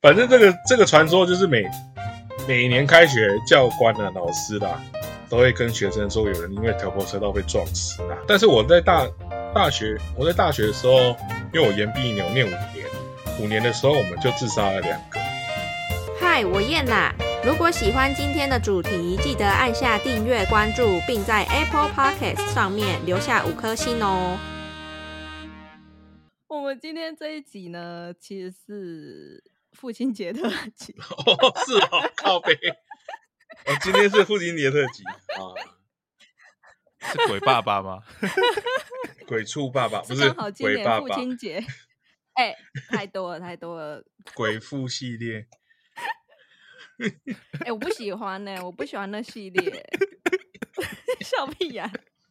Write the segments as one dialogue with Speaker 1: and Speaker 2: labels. Speaker 1: 反正这个这个传说就是每每年开学，教官啊、老师啦、都会跟学生说，有人因为调拨车道被撞死啊。但是我在大大学，我在大学的时候，因为我延毕一年，我念五年，五年的时候我们就自杀了两个。
Speaker 2: 嗨，我燕啦！如果喜欢今天的主题，记得按下订阅、关注，并在 Apple Podcast 上面留下五颗星哦。
Speaker 3: 我们今天这一集呢，其实是父亲节特 辑。
Speaker 1: 哦，是哦，靠背。我哦今天是父亲节特辑啊，
Speaker 4: 是鬼爸爸吗？
Speaker 1: 鬼畜爸爸不
Speaker 3: 是
Speaker 1: 是
Speaker 3: 刚好今
Speaker 1: 鬼爸
Speaker 3: 年父
Speaker 1: 爸，
Speaker 3: 亲节， 哎、太多了，太多了。
Speaker 1: 鬼父系列。
Speaker 3: 哎、我不喜欢呢、我不喜欢那系 列。笑屁呀、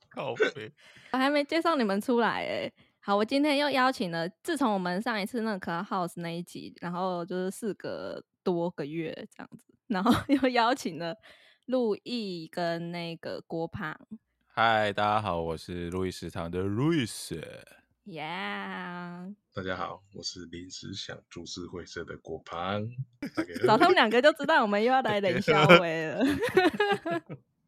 Speaker 4: 靠背，
Speaker 3: 我还没介绍你们出来哎、好，我今天又邀请了，自从我们上一次那个 Club House 那一集，然后就是四个多个月这样子，然后 又邀请了陆毅跟那个郭胖，
Speaker 4: 嗨，大家好，我是路易食堂的路易斯。
Speaker 3: 耶、
Speaker 1: 大家好，我是临时想株式会社的果盘。大 家
Speaker 3: 找他们两个就知道我们又要来冷笑威了。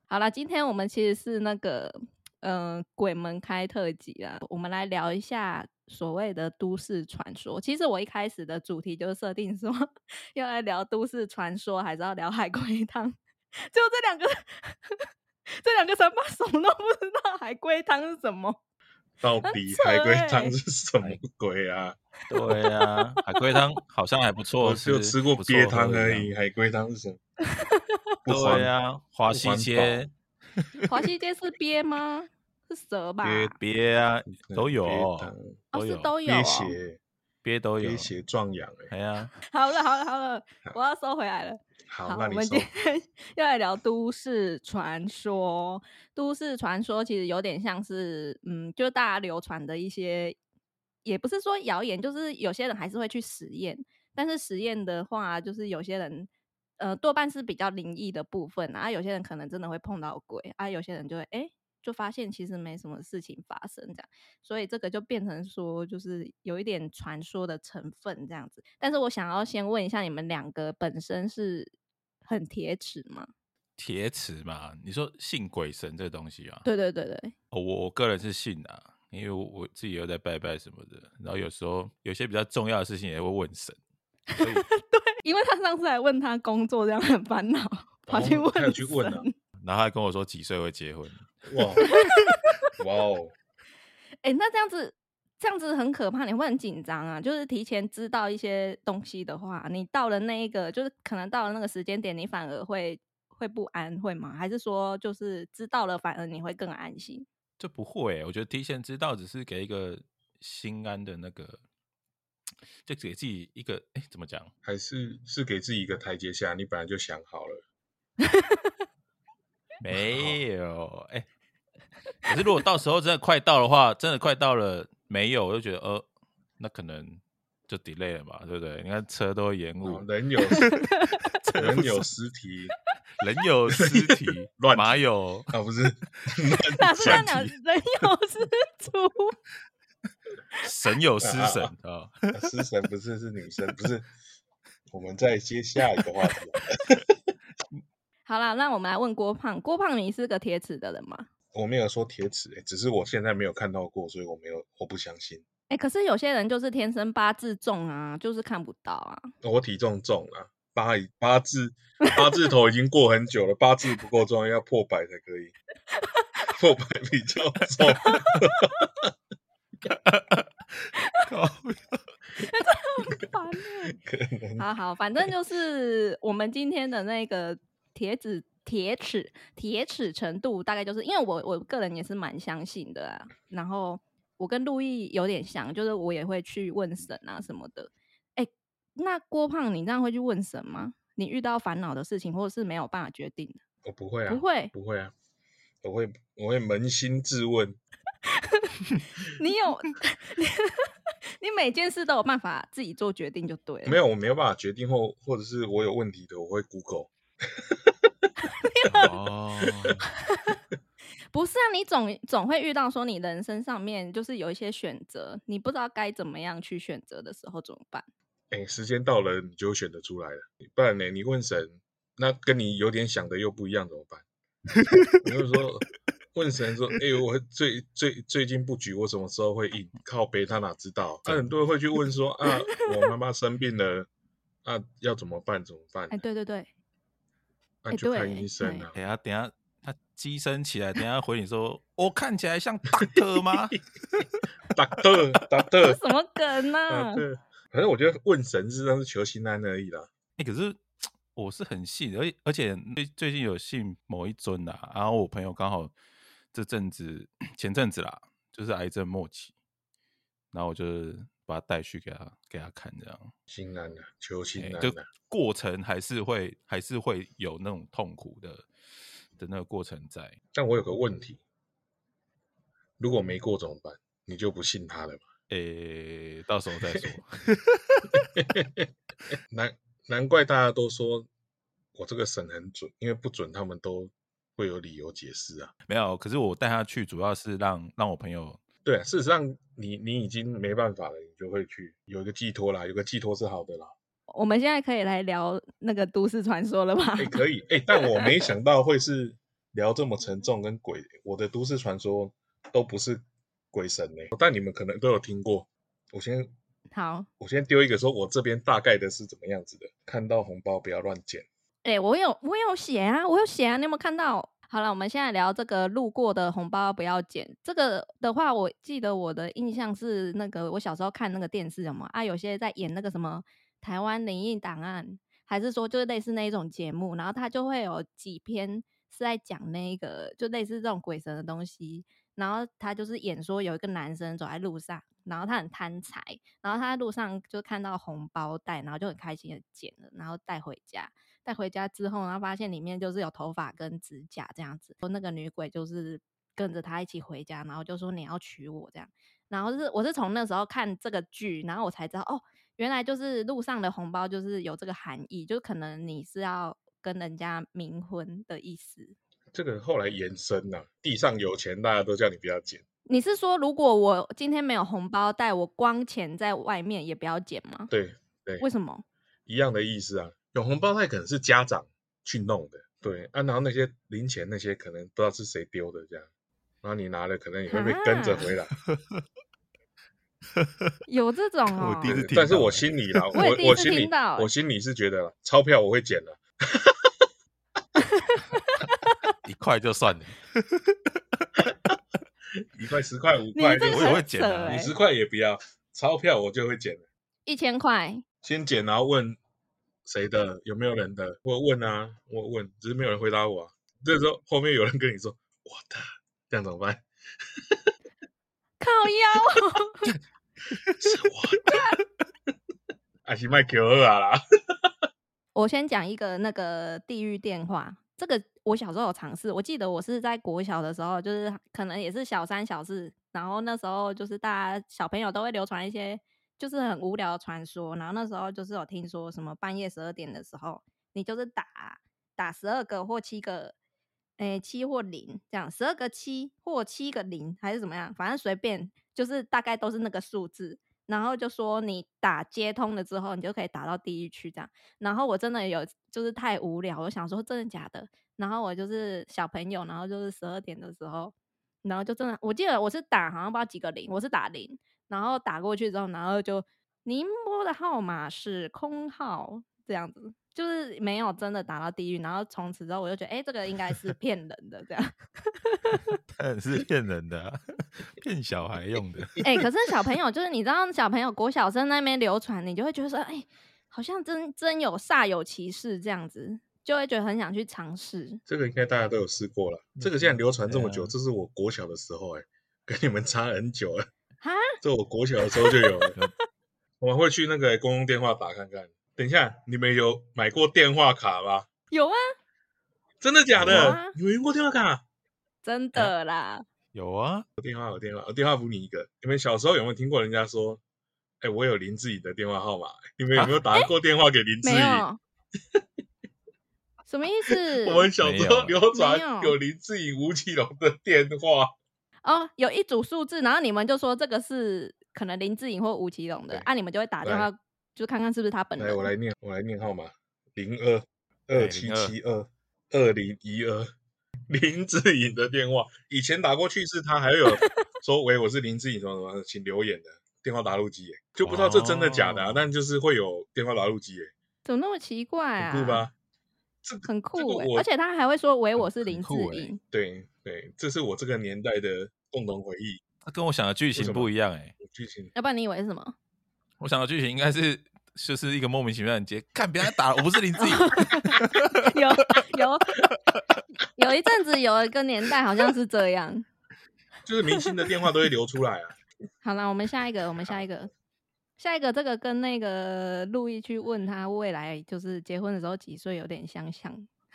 Speaker 3: 好啦，今天我们其实是那个嗯、呃鬼门开特辑啦，我们来聊一下所谓的都市传说。其实我一开始的主题就设定说 要来聊都市传说，还是要聊海龟汤， 结果这两个 这两个神八什么都不知道海龟汤是什 么。
Speaker 1: 到底
Speaker 3: 扯
Speaker 1: 海龟
Speaker 3: 欸
Speaker 1: 汤是什么
Speaker 4: 哎
Speaker 1: 鬼啊？
Speaker 4: 对啊，海龟汤好像 还不错，
Speaker 1: 我只有
Speaker 4: 是
Speaker 1: 吃过
Speaker 4: 不错
Speaker 1: 鳖汤
Speaker 4: 喝
Speaker 1: 而
Speaker 4: 的
Speaker 1: 已，。海龟汤是 什么？不
Speaker 4: 对
Speaker 1: 环
Speaker 4: 啊，华
Speaker 1: 不
Speaker 4: 西
Speaker 1: 环
Speaker 4: 街
Speaker 3: 华西街是鳖吗？是蛇吧？
Speaker 1: 鳖
Speaker 4: 鳖 啊都有，
Speaker 1: 鳖汤
Speaker 3: 哦，
Speaker 4: 都
Speaker 3: 是
Speaker 4: 有
Speaker 3: 都有、
Speaker 1: 鳖
Speaker 3: 哦。
Speaker 1: 血，
Speaker 4: 鳖都有
Speaker 1: 鳖。血壮阳哎。
Speaker 4: 哎呀，
Speaker 3: 好了好了好 了，我要收回来了。
Speaker 1: 好，那
Speaker 3: 我
Speaker 1: 你
Speaker 3: 们
Speaker 1: 说
Speaker 3: 今天 要来聊都市传说。都市传说其实有点像是，嗯，就大家流传的一些，也不是说谣言，就是有些人还是会去实验，但是实验的话，就是有些人。呃，多半是比较灵异的部分啊，有些人可能真的会碰到鬼啊，有些人就会哎、诶就发现其实没什么事情发生这样，所以这个就变成说，就是有一点传说的成分这样子。但是我想要先问一下，你们两个本身是很铁齿吗？
Speaker 4: 铁齿嘛，你说信鬼神这东西啊，
Speaker 3: 对对对对，
Speaker 4: 哦我我个人是信啊，因为我我自己又在拜拜什么的，然后有时候有些比较重要的事情也会问神，所以
Speaker 3: 因为他上次还问他工作这样很烦恼，跑去
Speaker 1: 哦他有
Speaker 3: 问
Speaker 1: 去问啊
Speaker 3: 神
Speaker 4: 然后他跟我说几岁会结婚，
Speaker 1: 哇哇哦，
Speaker 3: 哎、那这样子这样子很可怕，你会很紧张啊。就是提前知道一些东西的话，你到了那一个，就是可能到了那个时间点，你反而会会不安，会吗？还是说就是知道了，反而你会更安心？
Speaker 4: 这不会欸、我觉得提前知道只是给一个心安的那个，就给自己一个哎，怎么 讲？
Speaker 1: 还是是给自己一个台阶下，你本来就想好了。
Speaker 4: 没有哎、可是如果到时候真的快到的话，真的快到了没有，我就觉得呃，那可能就 delay 了吧，对不对？你看车都会延误
Speaker 1: 哦，人 有
Speaker 4: 车
Speaker 1: 人
Speaker 4: 不
Speaker 1: 有
Speaker 4: 是
Speaker 1: 尸体，
Speaker 4: 人有尸 体
Speaker 1: 乱
Speaker 4: 马
Speaker 1: 讲
Speaker 4: 有
Speaker 1: 啊，不是
Speaker 3: 哪
Speaker 1: 乱
Speaker 3: 是
Speaker 1: 讲
Speaker 3: 那两人有 失足？
Speaker 4: 神有失神啊、
Speaker 1: 尸神不是是呃女生，不是。我们再接下一个话题啊。
Speaker 3: 好啦，那我们来问郭胖，郭胖你是个铁齿的人吗？
Speaker 1: 我没有说铁齿、欸，只是我现在没有看到过，所以我没有，我不相信。
Speaker 3: 哎、可是有些人就是天生八字重啊，就是看不到啊。
Speaker 1: 我体重重了，八以八字八字头已经过很久了，八字不够重，要破百才可以。 破百比较重，
Speaker 4: 靠
Speaker 3: 烦
Speaker 1: 可能
Speaker 3: 欸好好，反正就是我们今天的那个铁子铁齿铁齿程度，大概就是因为我我个人也是蛮相信的啊。然后我跟陆毅有点像，就是我也会去问神啊什么的。哎、那郭胖，你这样会去问神吗？你遇到烦恼的事情，或者是没有办法决定的，
Speaker 1: 我不会啊，
Speaker 3: 不会。
Speaker 1: 不会啊，我会我会扪心自问，
Speaker 3: 你有你你每件事都有办法自己做决定就对了。
Speaker 1: 没有我没有办法决定或或者是我有问题的，我会 Google。
Speaker 4: 哦，
Speaker 3: 不是啊，你总总会遇到说你人生上面就是有一些选择，你不知道该怎么样去选择的时候怎么办？
Speaker 1: 哎，时间到了你就选得出来了，不然呢，你问神，那跟你有点想的又不一样，怎么办？ 你就说问神说，哎，我最最最近布局，我什么时候会赢？靠北他哪知道？那、很多人会去问说，啊，我妈妈生病了，啊，要怎么办？怎么办
Speaker 3: 哎，？对对对，
Speaker 1: 那、
Speaker 3: 哎
Speaker 1: 就看
Speaker 3: 对哎
Speaker 1: 医生啊。
Speaker 4: 等一下等一下，他机身起来，等一下回你说，我看起来像 doctor 吗？
Speaker 1: Doctor
Speaker 3: 这
Speaker 1: Doctor
Speaker 3: 什么 梗啊呢、
Speaker 1: Doctor，反正我觉得问神是那是求心安而已啦。
Speaker 4: 哎、可是我是很信，而而且嗯最最近有信某一尊啦、然后我朋友刚好这阵子前阵子啦，就是癌症末期，然后我就是把他带去给他给他看，这样、
Speaker 1: 心安啊，求心
Speaker 4: 哎
Speaker 1: 安
Speaker 4: 就
Speaker 1: 啊，
Speaker 4: 过程还是会还是会有那种痛苦的的那个过程在。
Speaker 1: 但我有个问题，如果没过怎么办？你就不信他了嘛？
Speaker 4: 诶、到时候再说。
Speaker 1: 难难怪大家都说我这个神很准，因为不准他们都会有理由解释啊。
Speaker 4: 没有，可是我带他去主要是让让我朋友
Speaker 1: 对啊，事实上你你已经没办法了，你就会去有一个寄托啦，有个寄托是好的啦。
Speaker 3: 我们现在可以来聊那个都市传说了吧？
Speaker 1: 哎、可以哎、但我没想到会是聊这么沉重跟鬼。我的都市传说都不是鬼神呢、但你们可能都有听过。我先
Speaker 3: 好，
Speaker 1: 我先丢一个，说我这边大概的是怎么样子的。看到红包不要乱捡，
Speaker 3: 哎、我有我有写啊，我有写啊，你有没有看到？好了，我们现在聊这个路过的红包不要捡。这个的话，我记得我的印象是那个我小时候看那个电视什么啊，有些在演那个什么台湾灵异档案，还是说就是类似那一种节目，然后它就会有几篇是在讲那个就类似这种鬼神的东西，然后他就是演说有一个男生走在路上，然后他很贪财，然后他在路上就看到红包袋，然后就很开心的捡了，然后带回家。带回家之后，然后发现里面就是有头发跟指甲这样子。说那个女鬼就是跟着他一起回家，然后就说你要娶我这样。然后是我是从那时候看这个剧，然后我才知道哦，原来就是路上的红包就是有这个含义，就是可能你是要跟人家冥婚的意思。
Speaker 1: 这个后来延伸了、地上有钱大家都叫你不要捡，
Speaker 3: 你是说如果我今天没有红包袋，我光钱在外面也不要捡吗？
Speaker 1: 对，对
Speaker 3: 为什么？
Speaker 1: 一样的意思啊。有红包袋可能是家长去弄的，对啊，然后那些零钱那些可能不知道是谁丢的这样，然后你拿了可能也会被跟着回来。
Speaker 4: 啊
Speaker 3: 有这种
Speaker 4: 我
Speaker 3: 哦、
Speaker 4: 第一次
Speaker 1: 对
Speaker 4: 听
Speaker 1: 但是
Speaker 4: 到
Speaker 1: 我
Speaker 4: 欸
Speaker 1: 心里啦，
Speaker 3: 我也第一
Speaker 1: 我
Speaker 3: 次
Speaker 1: 心里
Speaker 3: 听到欸
Speaker 1: 我心里是觉得啦钞票我会捡的，
Speaker 4: 一块就算了，
Speaker 1: 一块十块五
Speaker 3: 你
Speaker 1: 块
Speaker 3: 这
Speaker 1: 六
Speaker 3: 个
Speaker 4: 我也
Speaker 1: 块
Speaker 4: 会
Speaker 3: 很
Speaker 4: 捡
Speaker 3: 扯
Speaker 4: 啊
Speaker 3: 欸
Speaker 1: 五十块也不要，钞票我就会捡了。
Speaker 3: 一千块，
Speaker 1: 先捡，然后问谁的，有没有人的？我问啊，我问，只是没有人回答我、啊。这时候后面有人跟你说我的，这样怎么办？
Speaker 3: 靠腰哦、
Speaker 1: 是我的， 还是卖给二啊啦？
Speaker 3: 我先讲一个那个地狱电话，这个我小时候有尝试，我记得我是在国小的时候，就是可能也是小三小四，然后那时候就是大家小朋友都会流传一些就是很无聊的传说，然后那时候就是有听说什么半夜十二点的时候，你就是打打十二个或七个，诶、七或零这样，十二个七或七个零还是怎么样，反正随便，就是大概都是那个数字。然后就说你打接通了之后，你就可以打到地狱去这样。然后我真的有就是太无聊，我想说真的假的。然后我就是小朋友，然后就是十二点的时候，然后就真的我记得我是打好像不知道几个零，我是打零，然后打过去之后，然后就您拨的号码是空号这样子。就是没有真的打到地狱，然后从此之后我就觉得，哎、这个应该是骗人的这 样。
Speaker 4: 当然是骗人的、啊，骗小孩用的。
Speaker 3: 哎、可是小朋友就是你知道，小朋友国小生那边流传，你就会觉得说，哎、好像真真有煞有其事这样子，就会觉得很想去尝试。
Speaker 1: 这个应该大家都有试过了。
Speaker 3: 嗯
Speaker 1: 这个现在流传这么久，
Speaker 4: 对啊
Speaker 1: 这是我国小的时候哎、跟你们差很久了。
Speaker 3: 哈，
Speaker 1: 这我国小的时候就有了。 我们会去那个公用电话打看看。等一下，你们有买过电话卡吗？
Speaker 3: 有啊，
Speaker 1: 真的假
Speaker 3: 有
Speaker 1: 的
Speaker 3: 啊？
Speaker 1: 你们用过电话卡？哎
Speaker 3: 真的啦，
Speaker 4: 有啊，
Speaker 1: 我电话，我电话补你一个。你们小时候有没有听过人家说，哎、我有林志颖的电话号码？你们有 没有打过电话给林志
Speaker 3: 没
Speaker 1: 颖？
Speaker 3: 有，什么意思？
Speaker 1: 我们小时候
Speaker 4: 没有
Speaker 1: 流传
Speaker 3: 没有
Speaker 1: 有林志颖、吴奇隆的电话，
Speaker 3: 哦，有一组数字，然后你们就说这个是可能林志颖或吴奇隆的
Speaker 1: 对，
Speaker 3: 啊，你们就会打电
Speaker 1: 对
Speaker 3: 话就看看是不是他本
Speaker 1: 来，
Speaker 3: 人。
Speaker 1: 我来念，我来念号码：零二
Speaker 4: 哎
Speaker 1: 二七七二二零一二。林志颖的电话，以前打过去是他 还有说：“喂，我是林志颖，什么什么的，请留言的电话打录机。”就不知道这真的假的、啊，
Speaker 4: 哦
Speaker 1: 但就是会有电话打录机，
Speaker 3: 怎么那么奇怪啊？
Speaker 1: 很酷吧？这个
Speaker 3: 很
Speaker 1: 这个
Speaker 3: 酷欸、
Speaker 1: 我
Speaker 3: 而且他还会说“唯我是
Speaker 4: 很
Speaker 3: 林志
Speaker 4: 酷欸
Speaker 3: 颖”，
Speaker 1: 对对，这是我这个年代的共同回忆。
Speaker 4: 它跟我想的剧
Speaker 1: 什
Speaker 4: 情
Speaker 1: 么
Speaker 4: 不一样哎、
Speaker 1: 剧情
Speaker 3: 要不然你以为是什么？
Speaker 4: 我想的剧情应该是就是一个莫名其妙的接，干别人打了，我不是林志颖，
Speaker 3: 有有有一阵子有一个年代好像是这样。
Speaker 1: 就是明星的电话都会流出来啊。
Speaker 3: 好了，我们下一个，我们下一个，下一个这个跟那个陆毅去问他未来就是结婚的时候几岁有点相像。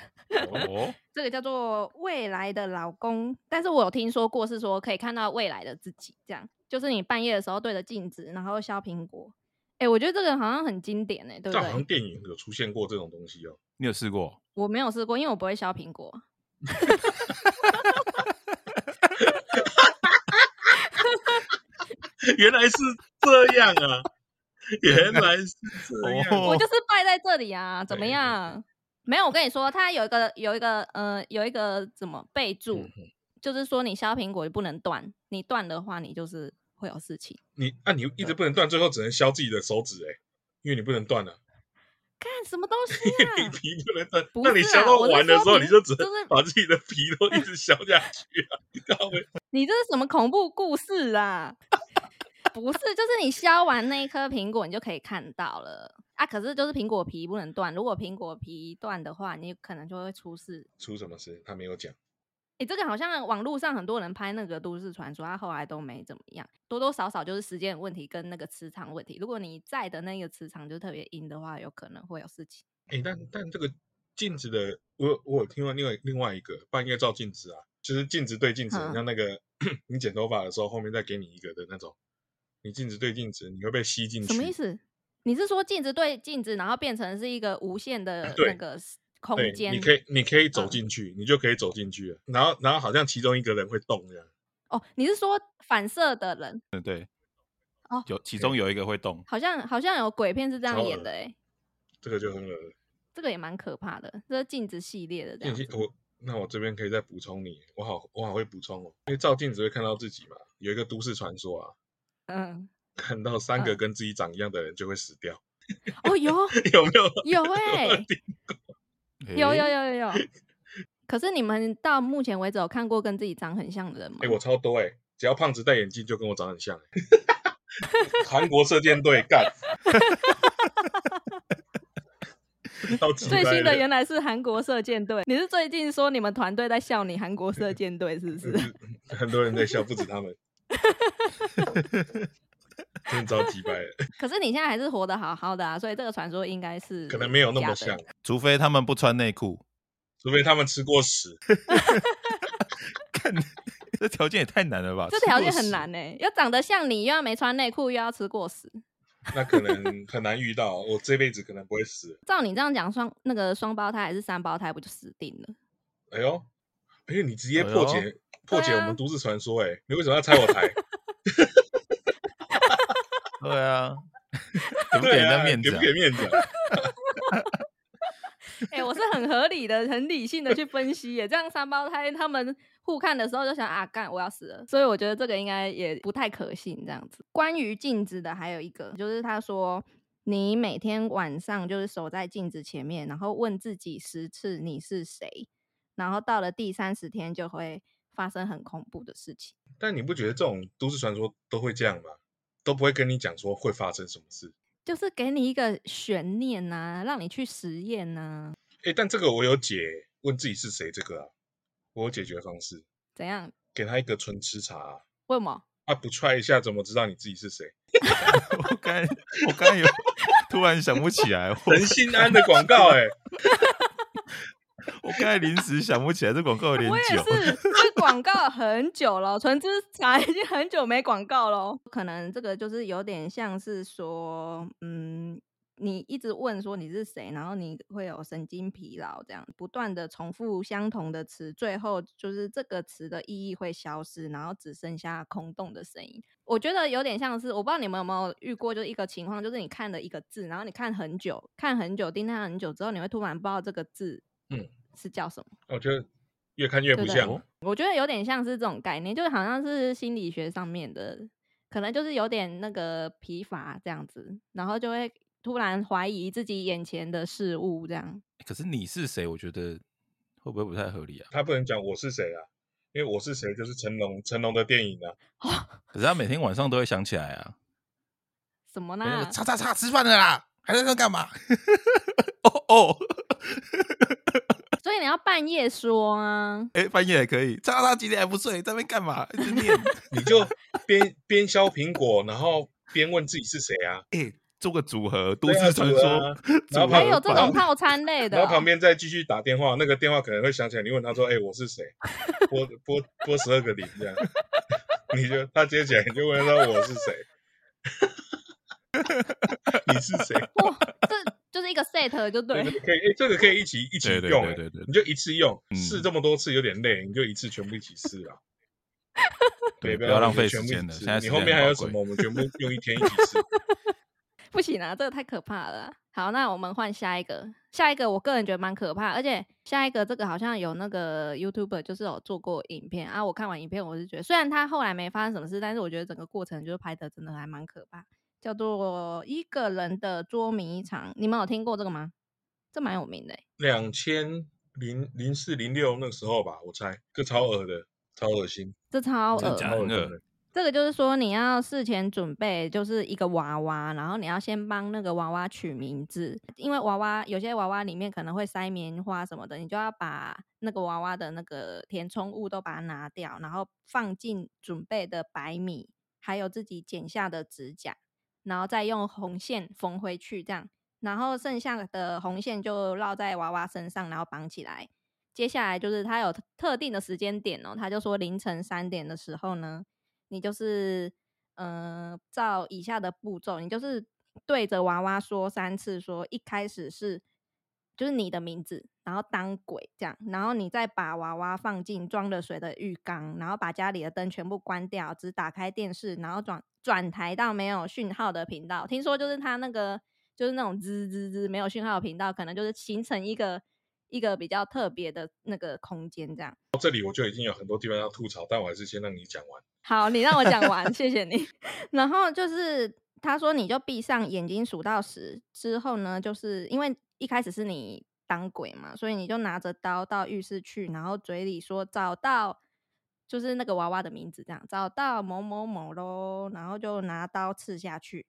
Speaker 4: 哦，
Speaker 3: 这个叫做未来的老公，但是我有听说过是说可以看到未来的自己，这样就是你半夜的时候对着镜子，然后削苹果。哎、我觉得这个好像很经典哎、对
Speaker 1: 这
Speaker 3: 不
Speaker 1: 好像
Speaker 3: 对？
Speaker 1: 电影有出现过这种东西哦。
Speaker 4: 你有试过？
Speaker 3: 我没有试过，因为我不会削苹果。
Speaker 1: 原来是这样啊！原来是这样。
Speaker 3: 我
Speaker 4: 哦
Speaker 3: 就是败在这里啊，怎么
Speaker 1: 对对对
Speaker 3: 样？没有，我跟你说，它有一个有一个呃有一个怎么备注，
Speaker 1: 嗯
Speaker 3: 就是说你削苹果不能断，你断的话你就是会有事情。
Speaker 1: 你啊，你一直不能断，最后只能削自己的手指哎、因为你不能断了、
Speaker 3: 看什么东西
Speaker 1: 你
Speaker 3: 啊？
Speaker 1: 皮不能断。
Speaker 3: 不
Speaker 1: 那你
Speaker 3: 是
Speaker 1: 削
Speaker 3: 啊
Speaker 1: 到
Speaker 3: 我是
Speaker 1: 完的
Speaker 3: 说
Speaker 1: 时候，
Speaker 3: 皮
Speaker 1: 你就只
Speaker 3: 就
Speaker 1: 能
Speaker 3: 是
Speaker 1: 把自己的皮都一直削下去 啊！你知道吗？
Speaker 3: 你这是什么恐怖故事啊？不是，就是你削完那一颗苹果，你就可以看到了啊。可是就是苹果皮不能断，如果苹果皮断的话，你可能就会出事。
Speaker 1: 出什么事？他没有讲。
Speaker 3: 诶，这个好像网络上很多人拍那个都市传说，他后来都没怎么样，多多少少就是时间问题跟那个磁场问题。如果你在的那个磁场就特别阴的话，有可能会有事情。
Speaker 1: 哎、但但这个镜子的，我有我有听过另外另外一个半夜照镜子啊，就是镜子对镜子，很
Speaker 3: 嗯
Speaker 1: 像那个 你剪头发的时候后面再给你一个的那种，你镜子对镜子，你会被吸进去。
Speaker 3: 什么意？思？你是说镜子对镜子，然后变成是一个无限的
Speaker 1: 啊对
Speaker 3: 那个 s- 空
Speaker 1: 对，
Speaker 3: 间？
Speaker 1: 你可以你可以走
Speaker 3: 嗯
Speaker 1: 进去，你就可以走进去了。然后然后好像其中一个人会动这样。
Speaker 3: 哦，你是说反射的人？
Speaker 4: 嗯，对，
Speaker 3: 哦
Speaker 4: 有其中有一个会动，
Speaker 3: 好像好像有鬼片是这样
Speaker 1: 超
Speaker 3: 演
Speaker 1: 恶
Speaker 3: 的哎、欸，
Speaker 1: 这个就很恶心。
Speaker 3: 这个也蛮可怕的，这是镜子系列的这样
Speaker 1: 镜
Speaker 3: 子
Speaker 1: 子。我那我这边可以再补充你，我好我好会补充哦，因为照镜子会看到自己嘛。有一个都市传说啊，
Speaker 3: 嗯，
Speaker 1: 看到三个
Speaker 3: 嗯
Speaker 1: 跟自己长一样的人就会死掉，
Speaker 3: 哦有
Speaker 1: 有没有？
Speaker 3: 有哎、
Speaker 1: 有没有听
Speaker 3: 有有
Speaker 4: 诶，
Speaker 3: 有有有。可是你们到目前为止有看过跟自己长很像的人吗？
Speaker 1: 哎、我超多哎、只要胖子戴眼镜就跟我长很像、欸。 韩国射箭队干，到
Speaker 3: 最新的原来是韩国射箭队，你是最近说你们团队在笑你韩国射箭队是不是？
Speaker 1: 很多人在笑，不止他们，真的着急掰了，
Speaker 3: 可是你现在还是活得好好的啊，所以这个传说应该是
Speaker 1: 可能没有那
Speaker 3: 假
Speaker 1: 么
Speaker 3: 的
Speaker 1: 像，
Speaker 4: 除非他们不穿内裤，
Speaker 1: 除非他们吃过屎。
Speaker 4: 看这条件也太难了吧？
Speaker 3: 这
Speaker 4: 吃
Speaker 3: 条
Speaker 4: 过
Speaker 3: 件很
Speaker 4: 屎
Speaker 3: 难呢、要长得像你，又要没穿内裤，又要吃过屎。
Speaker 1: 那可能很难遇到，我这辈子可能不会死。
Speaker 3: 照你这样讲，双那个双胞胎还是三胞胎，不就死定了？
Speaker 1: 哎呦，哎呦，你直接
Speaker 4: 哎
Speaker 1: 破
Speaker 4: 呦
Speaker 1: 解、破解
Speaker 3: 对
Speaker 1: 我
Speaker 3: 啊
Speaker 1: 们都市传说、哎、你为什么要拆我 台？
Speaker 4: 对啊，给不给
Speaker 1: 对
Speaker 4: 人
Speaker 1: 啊，
Speaker 4: 家面子
Speaker 1: 给
Speaker 4: 啊
Speaker 1: 不？给面子、啊？
Speaker 3: 哎、我是很合理的、很理性的去分析耶。这样三胞胎他们互看的时候就想啊，干我要死了，所以我觉得这个应该也不太可信。这样子，关于镜子的还有一个，就是他说你每天晚上就是守在镜子前面，然后问自己十次你是谁，然后到了第三十天就会发生很恐怖的事情。
Speaker 1: 但你不觉得这种都市传说都会这样吗？都不会跟你讲说会发生什么事。
Speaker 3: 就是给你一个悬念呐、让你去实验呐、
Speaker 1: 哎、但这个我有解，问自己是谁这个啊，我有解决方式，
Speaker 3: 怎样？
Speaker 1: 给他一个纯吃茶啊，
Speaker 3: 为什么？
Speaker 1: 啊不踹一下怎么知道你自己是谁？
Speaker 4: 我刚才我刚才有突然想不起来，我
Speaker 1: 陈心安的广告、哎，
Speaker 4: 我刚才临时想不起来，这广告有点
Speaker 3: 我也
Speaker 4: 久。
Speaker 3: 是，这广告很久了，纯之茶已经很久没广告了。可能这个就是有点像是说，嗯，你一直问说你是谁，然后你会有神经疲劳，这样不断的重复相同的词，最后就是这个词的意义会消失，然后只剩下空洞的声音。我觉得有点像是，我不知道你们有没有遇过，就是一个情况，就是你看了一个字，然后你看很久，看很久，盯它很久之后，你会突然不知道这个字，
Speaker 1: 嗯，
Speaker 3: 是叫什么。
Speaker 1: 我觉得越看越不
Speaker 3: 对不对
Speaker 1: 像。
Speaker 3: 我觉得有点像是这种概念，就好像是心理学上面的，可能就是有点那个疲乏这样子，然后就会突然怀疑自己眼前的事物，这样。
Speaker 4: 可是你是谁？我觉得会不会不太合理啊？
Speaker 1: 他不能讲我是谁啊，因为我是谁就是成龙，成龙的电影啊。
Speaker 4: 可是他每天晚上都会想起来啊，
Speaker 3: 什么
Speaker 4: 那
Speaker 3: 啦
Speaker 4: 个？叉叉叉吃饭了啦，还在那干嘛？ 哦哦，
Speaker 3: 所以你要半夜说啊，
Speaker 4: 哎、半夜也可以，叉叉叉几点还不睡，在那边干嘛？一直 念，
Speaker 1: 你就 边边削苹果，然后边问自己是谁啊，
Speaker 4: 哎、做个组合，都
Speaker 1: 对啊
Speaker 4: 市传
Speaker 1: 组合啊
Speaker 4: 说，
Speaker 1: 然后
Speaker 4: 组合
Speaker 1: 旁
Speaker 3: 还有这
Speaker 4: 版
Speaker 3: 种套餐类的
Speaker 1: 然
Speaker 3: 哦、
Speaker 1: 后旁边再继续打电话，那个电话可能会响起来，你问他说：“哎、我是谁？” 拨拨拨十二个零这样，你就他接起来，你就问他说：“我是谁？” 你是谁？
Speaker 3: 哇，这就是一个 set 就
Speaker 1: 这
Speaker 3: 对了
Speaker 1: 个。可以，哎、这个可以一起一起
Speaker 4: 对
Speaker 1: 用、
Speaker 4: 对
Speaker 1: 哎
Speaker 4: 对对对
Speaker 1: 你就一次用，
Speaker 4: 嗯
Speaker 1: 试这么多次有点累，你就一次全部一起试啊。
Speaker 4: 对，
Speaker 1: 不
Speaker 4: 不要浪费
Speaker 1: 全部
Speaker 4: 时
Speaker 1: 一
Speaker 4: 间
Speaker 1: 起
Speaker 4: 了。
Speaker 1: 试
Speaker 4: 现在
Speaker 1: 你
Speaker 4: 时
Speaker 1: 后
Speaker 4: 间
Speaker 1: 面还
Speaker 4: 很
Speaker 1: 有
Speaker 4: 宝
Speaker 1: 什
Speaker 4: 贵
Speaker 1: 么？？我们全部用一天一起试。
Speaker 3: 不行啊，这个太可怕了啊。好，那我们换下一个，下一个我个人觉得蛮可怕，而且下一个这个好像有那个 YouTuber 就是有做过影片啊，我看完影片我是觉得，虽然他后来没发生什么事，但是我觉得整个过程就是拍的真的还蛮可怕，叫做《一个人的捉迷藏》，你们有听过这个吗？这蛮有名的欸、
Speaker 1: 两千零零四零六那个时候吧，我猜，这超恶的，超恶心，
Speaker 3: 这超
Speaker 4: 真
Speaker 3: 恶
Speaker 4: 的假
Speaker 1: 超恶
Speaker 4: 很
Speaker 1: 心
Speaker 4: 恶
Speaker 1: 的。
Speaker 3: 这个就是说，你要事前准备，就是一个娃娃，然后你要先帮那个娃娃取名字，因为娃娃有些娃娃里面可能会塞棉花什么的，你就要把那个娃娃的那个填充物都把它拿掉，然后放进准备的白米，还有自己剪下的指甲，然后再用红线缝回去，这样，然后剩下的红线就绕在娃娃身上，然后绑起来。接下来就是他有特特定的时间点哦，他就说凌晨三点的时候呢，你就是呃照以下的步骤，你就是对着娃娃说三次，说一开始是就是你的名字，然后当鬼这样，然后你再把娃娃放进装了水的浴缸，然后把家里的灯全部关掉，只打开电视，然后转转台到没有讯号的频道。听说就是他那个就是那种滋滋滋没有讯号的频道，可能就是形成一个。一个比较特别的那个空间，这样。
Speaker 1: 到这里我就已经有很多地方要吐槽，但我还是先让你讲完。
Speaker 3: 好，你让我讲完，谢谢你。然后就是他说你就闭上眼睛数到十之后呢，就是因为一开始是你当鬼嘛，所以你就拿着刀到浴室去，然后嘴里说找到就是那个娃娃的名字，这样找到某某某喽，然后就拿刀刺下去。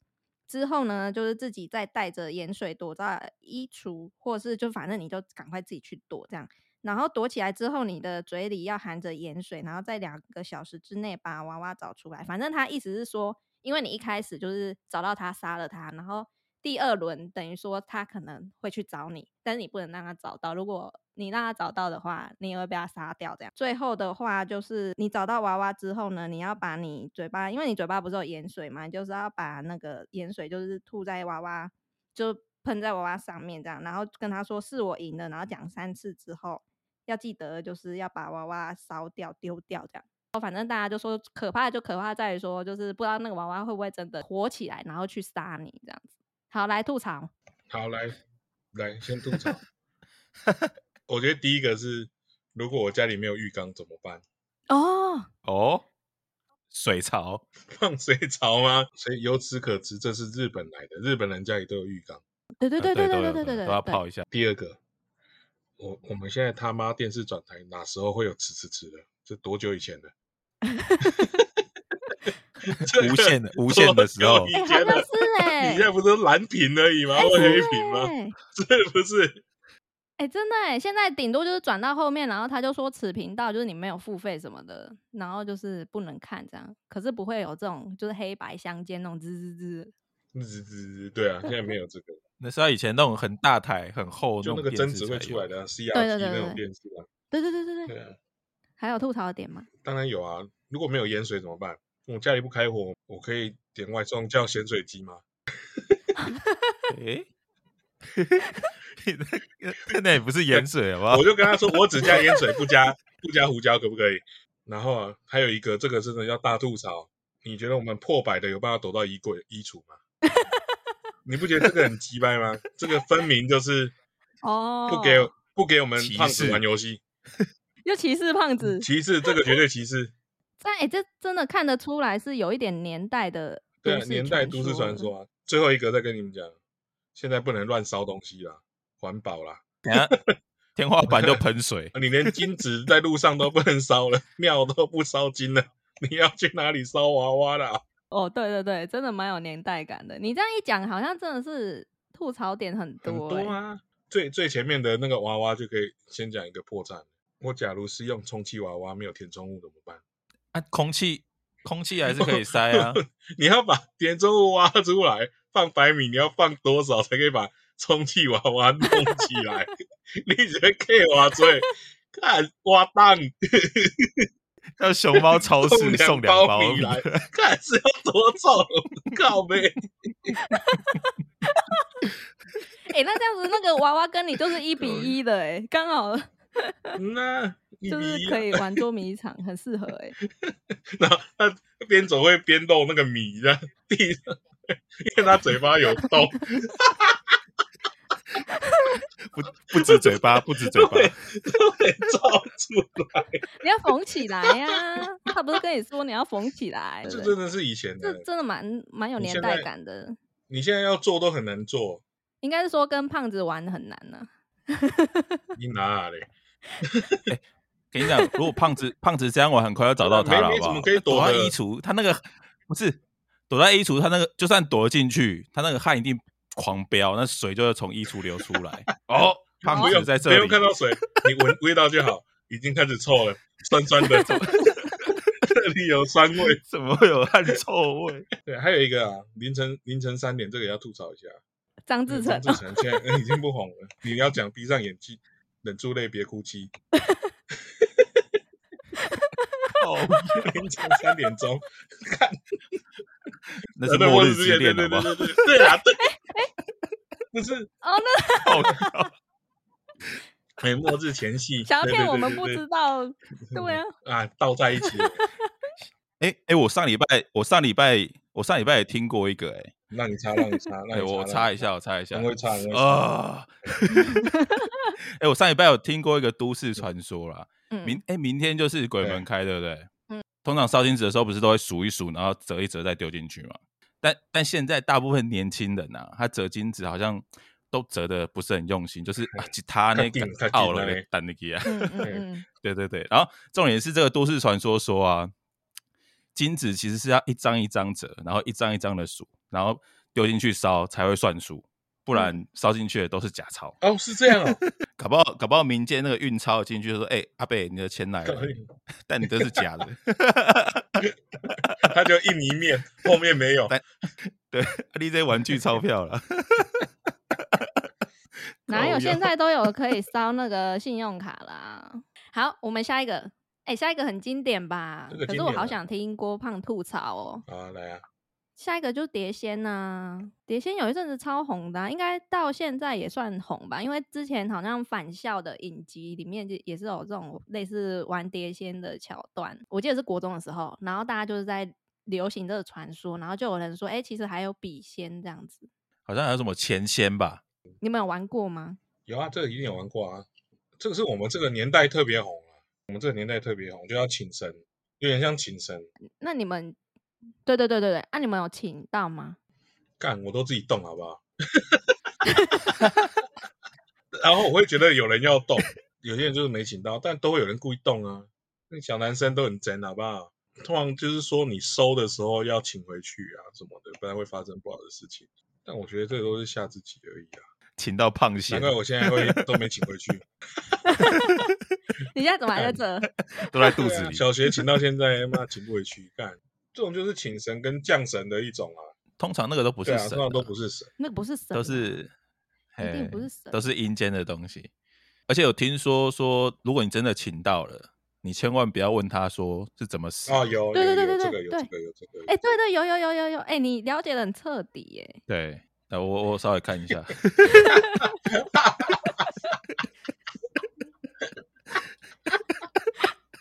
Speaker 3: 之后呢，就是自己再带着盐水躲在衣橱，或是就反正你就赶快自己去躲这样。然后躲起来之后，你的嘴里要含着盐水，然后在两个小时之内把娃娃找出来。反正他意思是说，因为你一开始就是找到他杀了他，然后第二轮等于说他可能会去找你，但是你不能让他找到。如果你让他找到的话，你也会被他杀掉。这样最后的话就是你找到娃娃之后呢，你要把你嘴巴，因为你嘴巴不是有盐水嘛，你就是要把那个盐水就是吐在娃娃就喷在娃娃上面这样，然后跟他说是我赢了，然后讲三次之后，要记得就是要把娃娃烧掉丢掉这样。哦反正大家就说可怕就可怕在于说，就是不知道那个娃娃会不会真的火起来，然后去杀你这样子。好，来吐槽，
Speaker 1: 好，来来先吐 槽。我觉得第一个是，如果我家里没有浴缸怎么办？
Speaker 3: 哦，
Speaker 4: 哦，水槽，
Speaker 1: 放水槽吗？所以由此可知，这是日本来的，日本人家里都有浴缸。
Speaker 3: 对对
Speaker 4: 啊
Speaker 3: 对
Speaker 1: 呃
Speaker 3: 对
Speaker 4: 都
Speaker 3: 对对
Speaker 4: 有都
Speaker 3: 对对
Speaker 4: 有
Speaker 3: 对，
Speaker 4: 都要泡 一下。
Speaker 1: 第二个，我我们现在他妈电视转台哪时候会有吃吃吃的？这多久以前的？ 这个
Speaker 4: 无限的无限的时候
Speaker 1: 多久以
Speaker 3: 哎、
Speaker 1: 前
Speaker 3: 好像
Speaker 1: 的
Speaker 3: 是哎、
Speaker 1: 你现在不是蓝屏而已吗？
Speaker 3: 哎
Speaker 1: 或黑
Speaker 3: 是
Speaker 1: 屏吗？
Speaker 3: 哎
Speaker 1: 是不是？
Speaker 3: 哎、真的哎、现在顶多就是转到后面，然后他就说此频道就是你没有付费什么的，然后就是不能看这样，可是不会有这种就是黑白相间那种滋滋滋。
Speaker 1: 滋滋滋对啊，现在没有这个，
Speaker 4: 那是他以前那种很大台、很厚
Speaker 1: 就那
Speaker 4: 种
Speaker 1: 个
Speaker 4: 电
Speaker 1: 增值
Speaker 4: 视
Speaker 1: 会
Speaker 4: 才
Speaker 1: 出
Speaker 4: 有
Speaker 1: 来的啊 CRT
Speaker 3: 对对对
Speaker 1: 那
Speaker 3: 对
Speaker 1: 种电视啊，
Speaker 3: 对对对对对，
Speaker 1: 对啊，
Speaker 3: 还有吐槽的点吗？
Speaker 1: 当然有啊。如果没有盐水怎么办？我家里不开火，我可以点外送叫咸水鸡吗？
Speaker 4: 诶， 那那那也不是盐水好不好
Speaker 1: 我？就跟他说，我只加盐水，不加不加胡椒，可不可以？然后啊，还有一个，这个真的要大吐槽，你觉得我们破百的有办法躲到衣柜衣橱吗？你不觉得这个很鸡掰吗？这个分明就是
Speaker 3: 哦，
Speaker 1: 不给、不给我们
Speaker 4: 歧
Speaker 1: 胖子
Speaker 4: 视
Speaker 1: 玩游戏，
Speaker 3: 又歧视胖子，
Speaker 1: 歧视这个绝对歧视。
Speaker 3: 但哎、这真的看得出来是有一点年代的都
Speaker 1: 对啊，
Speaker 3: 市
Speaker 1: 年代都市传
Speaker 3: 了。
Speaker 1: 说啊。最后一个再跟你们讲，现在不能乱烧东西啦，环保啦。啊
Speaker 4: 等一下天花板就喷水，
Speaker 1: 你连金纸在路上都不能烧了，庙都不烧金了，你要去哪里烧娃娃啦？
Speaker 3: 哦，对对对，真的蛮有年代感的。你这样一讲，好像真的是吐槽点很
Speaker 1: 很
Speaker 3: 多、
Speaker 1: 多
Speaker 3: 欸。
Speaker 1: 啊。最最前面的那个娃娃就可以先讲一个破绽。我假如是用充气娃娃，没有填充物怎么办？
Speaker 4: 啊，空气空气还是可以塞 啊，
Speaker 1: 你要把填充物挖出来，放百米，你要放多少才可以把充气娃娃弄起来？ 你觉得 K 挖 最看挖蛋
Speaker 4: 叫熊猫超
Speaker 1: 送
Speaker 4: 市送两
Speaker 1: 包
Speaker 4: 包
Speaker 1: 米来， 看是要多重？靠呗！
Speaker 3: 哎、那这样子，那个娃娃跟你就是
Speaker 1: 嗯
Speaker 3: 一比一的、欸，哎，刚好
Speaker 1: 那一
Speaker 3: 就
Speaker 1: 比
Speaker 3: 是
Speaker 1: 一
Speaker 3: 可以玩捉迷藏，很适合哎、
Speaker 1: 然后他边走会边漏那个米在地上， 因为他嘴巴有洞。
Speaker 4: 不不止嘴巴，不止嘴巴，
Speaker 1: 对都会照出来。
Speaker 3: 你要缝起来呀、他不是跟你说你要缝起来？对
Speaker 1: 这
Speaker 3: 不
Speaker 1: 真
Speaker 3: 对
Speaker 1: 的是以前
Speaker 3: 这
Speaker 1: 的，
Speaker 3: 真的蛮蛮有
Speaker 1: 你
Speaker 3: 年
Speaker 1: 现
Speaker 3: 代
Speaker 1: 在
Speaker 3: 感的。
Speaker 1: 你现在要做都很难做，
Speaker 3: 应该是说跟胖子玩很难啊呢、
Speaker 1: 你哪嘞？
Speaker 4: 跟你讲，如果胖子胖子这样，我很快要找到他
Speaker 1: 没
Speaker 4: 了，好
Speaker 1: 没
Speaker 4: 不
Speaker 1: 怎么
Speaker 4: 好？
Speaker 1: 可以躲
Speaker 4: 躲在
Speaker 1: 的
Speaker 4: 衣橱，他那个不是躲在衣橱，他那个就算躲得进去，他那个汗一定狂飙，那水就会从衣橱流出来。 哦，胖
Speaker 1: 不用
Speaker 4: 子在这
Speaker 1: 不用
Speaker 4: 里，
Speaker 1: 看到水，你闻味道就好，已经开始臭了，酸酸 的。这里有酸味。
Speaker 4: 怎么会有汗臭味？
Speaker 1: 对，还有一个啊，凌晨凌晨三点，这个也要吐槽一下。
Speaker 3: 张
Speaker 1: 志
Speaker 3: 志成、哦、
Speaker 1: 志成现在已经不红了，你要讲闭上眼睛，忍住泪，别哭泣。
Speaker 4: 哦，
Speaker 1: 凌晨三点钟，看
Speaker 4: 那是
Speaker 1: 呃对
Speaker 4: 末
Speaker 1: 我
Speaker 4: 日
Speaker 1: 只
Speaker 4: 之
Speaker 1: 对
Speaker 4: 恋，
Speaker 1: 对
Speaker 4: 好不
Speaker 1: 对
Speaker 4: 好？
Speaker 1: 对对对啊，对， 不是
Speaker 3: 哦，那
Speaker 4: 好靠
Speaker 1: 哎，末日前戏，
Speaker 3: 想要
Speaker 1: 对
Speaker 3: 骗
Speaker 1: 对
Speaker 3: 我
Speaker 1: 对
Speaker 3: 们
Speaker 1: 对
Speaker 3: 不
Speaker 1: 对
Speaker 3: 知道，对 啊，
Speaker 1: 啊，倒在一起了，
Speaker 4: 哎哎，诶我上礼拜，我上礼拜，我上礼拜也听过一个，哎
Speaker 1: 让你擦，让你擦，让
Speaker 4: 哎，
Speaker 1: 你
Speaker 4: 我
Speaker 1: 擦
Speaker 4: 擦一下，，我擦一下
Speaker 1: 很，会擦，很会擦。
Speaker 4: 啊！哎，我上礼拜有听过一个都市传说啦，明
Speaker 3: 嗯，
Speaker 4: 哎，明天就是鬼
Speaker 1: 对
Speaker 4: 门开，对不对？
Speaker 3: 嗯
Speaker 4: 通常烧金纸的时候不是都会数一数，然后折一折再丢进去嘛？但但现在大部分年轻人啊，他折金纸好像都折的不是很用心，就是 啊，他那
Speaker 1: 较
Speaker 4: 个
Speaker 1: 紧较紧
Speaker 4: 傲了
Speaker 1: 啊
Speaker 4: 嘞，单那个啊。
Speaker 3: 嗯嗯嗯，
Speaker 4: 对对对，然后重点是这个都市传说说啊，金子其实是要一张一张折，然后一张一张的数，然后丢进去烧才会算数，不然烧进去的都是假钞。
Speaker 1: 哦，是这样哦，
Speaker 4: 嗯搞不好搞不好民间那个运钞进去就说，哎、阿贝你的钱来了
Speaker 1: 可以，
Speaker 4: 但你都是假的。
Speaker 1: 他就印一面，后面没有
Speaker 4: 但，对，你这玩具钞票了。
Speaker 1: 哦
Speaker 3: 哪有
Speaker 4: 靠腰
Speaker 3: 现在都有可以烧那个信用卡啦？好，我们下一个。哎、下一个很经典吧？
Speaker 1: 这个
Speaker 3: 可
Speaker 1: 经
Speaker 3: 是我
Speaker 1: 典
Speaker 3: 好
Speaker 1: 啊
Speaker 3: 想听郭胖吐槽哦。
Speaker 1: 啊，来啊，
Speaker 3: 下一个就是碟仙呐、碟仙有一阵子超红的啊、应该到现在也算红吧，因为之前好像返校的影集里面就也是有这种类似玩碟仙的桥段，我记得是国中的时候，然后大家就是在流行这个传说，然后就有人说，哎、其实还有笔仙这样子，
Speaker 4: 好像还有什么钱仙吧？
Speaker 3: 你们有玩过吗？
Speaker 1: 有啊，这个一定有玩过啊，这个是我们这个年代特别红啊，我们这个年代特别红，就要请神，有点像请神，
Speaker 3: 那你们，对对对对对，啊，你们有请到吗？
Speaker 1: 干，我都自己动好不好？ 然后我会觉得有人要动，有些人就是没请到，但都会有人故意动啊。那小男生都很真，好不好？通常就是说你收的时候要请回去啊什么的，不然会发生不好的事情。但我觉得这都是吓自己而已啊，
Speaker 4: 请到 胖
Speaker 1: 难
Speaker 4: 仙，
Speaker 1: 怪我现在会都没请回去，
Speaker 3: 你现在怎么还在 这？
Speaker 4: 都在 肚
Speaker 1: 对
Speaker 4: 子
Speaker 1: 啊
Speaker 4: 里。
Speaker 1: 小学请到现在，妈请不回去，干这种就是请神跟降神的一种啊，
Speaker 4: 通常那个都不是
Speaker 1: 对啊，
Speaker 4: 神、
Speaker 1: 通常都不是神，
Speaker 3: 那不是神啊，
Speaker 4: 都是，
Speaker 3: 一定不
Speaker 4: 嘿
Speaker 3: 是神
Speaker 4: 都是阴间的东西。而且有听说说，如果你真的请到了，你千万不要问他说是怎么死的。
Speaker 1: 啊，有
Speaker 3: 对
Speaker 1: 有
Speaker 3: 对对
Speaker 1: 有
Speaker 3: 对
Speaker 1: 这
Speaker 3: 对
Speaker 1: 个有
Speaker 3: 对
Speaker 1: 这个有这个，
Speaker 3: 哎、对对，有有有有有，哎、你了解的很彻底耶、
Speaker 4: 对，那我我稍微看一下，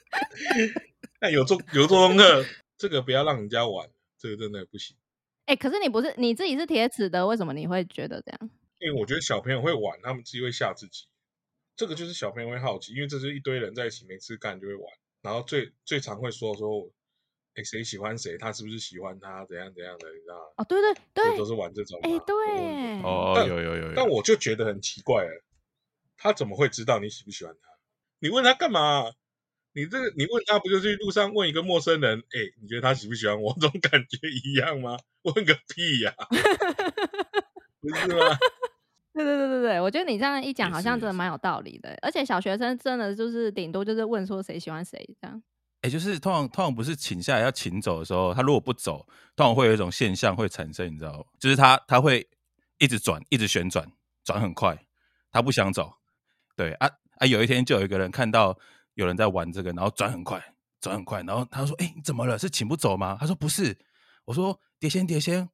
Speaker 1: 哎那有做有做功课，这个不要让人家玩，这个真的不行。
Speaker 3: 哎、可是你不是你自己是铁齿的，为什么你会觉得这样？
Speaker 1: 因为我觉得小朋友会玩，他们自己会吓自己。这个就是小朋友会好奇，因为这就是一堆人在一起没事干就会玩，然后最最常会说说，哎，谁喜欢谁，他是不是喜欢他，怎样怎样的，你知道吗？
Speaker 3: 哦，对对对
Speaker 1: 就，都是玩这种嘛。
Speaker 3: 哎、
Speaker 4: 啊
Speaker 1: 我问你
Speaker 3: 对，啊
Speaker 4: 哦，
Speaker 1: 但
Speaker 4: 有有有有，
Speaker 1: 但我就觉得很奇怪了，他怎么会知道你喜不喜欢他？你问他干嘛？你这个你问他不就是路上问一个陌生人，哎、你觉得他喜不喜欢我？这 种感觉一样吗？问个屁 呀、不是吗？
Speaker 3: 对对对对对，我觉得你这样一讲，
Speaker 4: 也
Speaker 3: 好
Speaker 4: 是
Speaker 3: 像
Speaker 4: 也
Speaker 3: 真的
Speaker 4: 是
Speaker 3: 蛮有道理的。而且小学生真的就是顶多就是问说谁喜欢谁这样。
Speaker 4: 哎、就是通常通常不是请下来要请走的时候，他如果不走，通常会有一种现象会产生，你知道吗？就是他他会一直转，一直旋转，转很快，他不想走。对啊啊，有一天就有一个人看到有人在玩这个，然后转很快，转很快，然后他说：“哎、你怎么了？是请不走吗？”他说：“不是。”我说：“碟仙碟仙，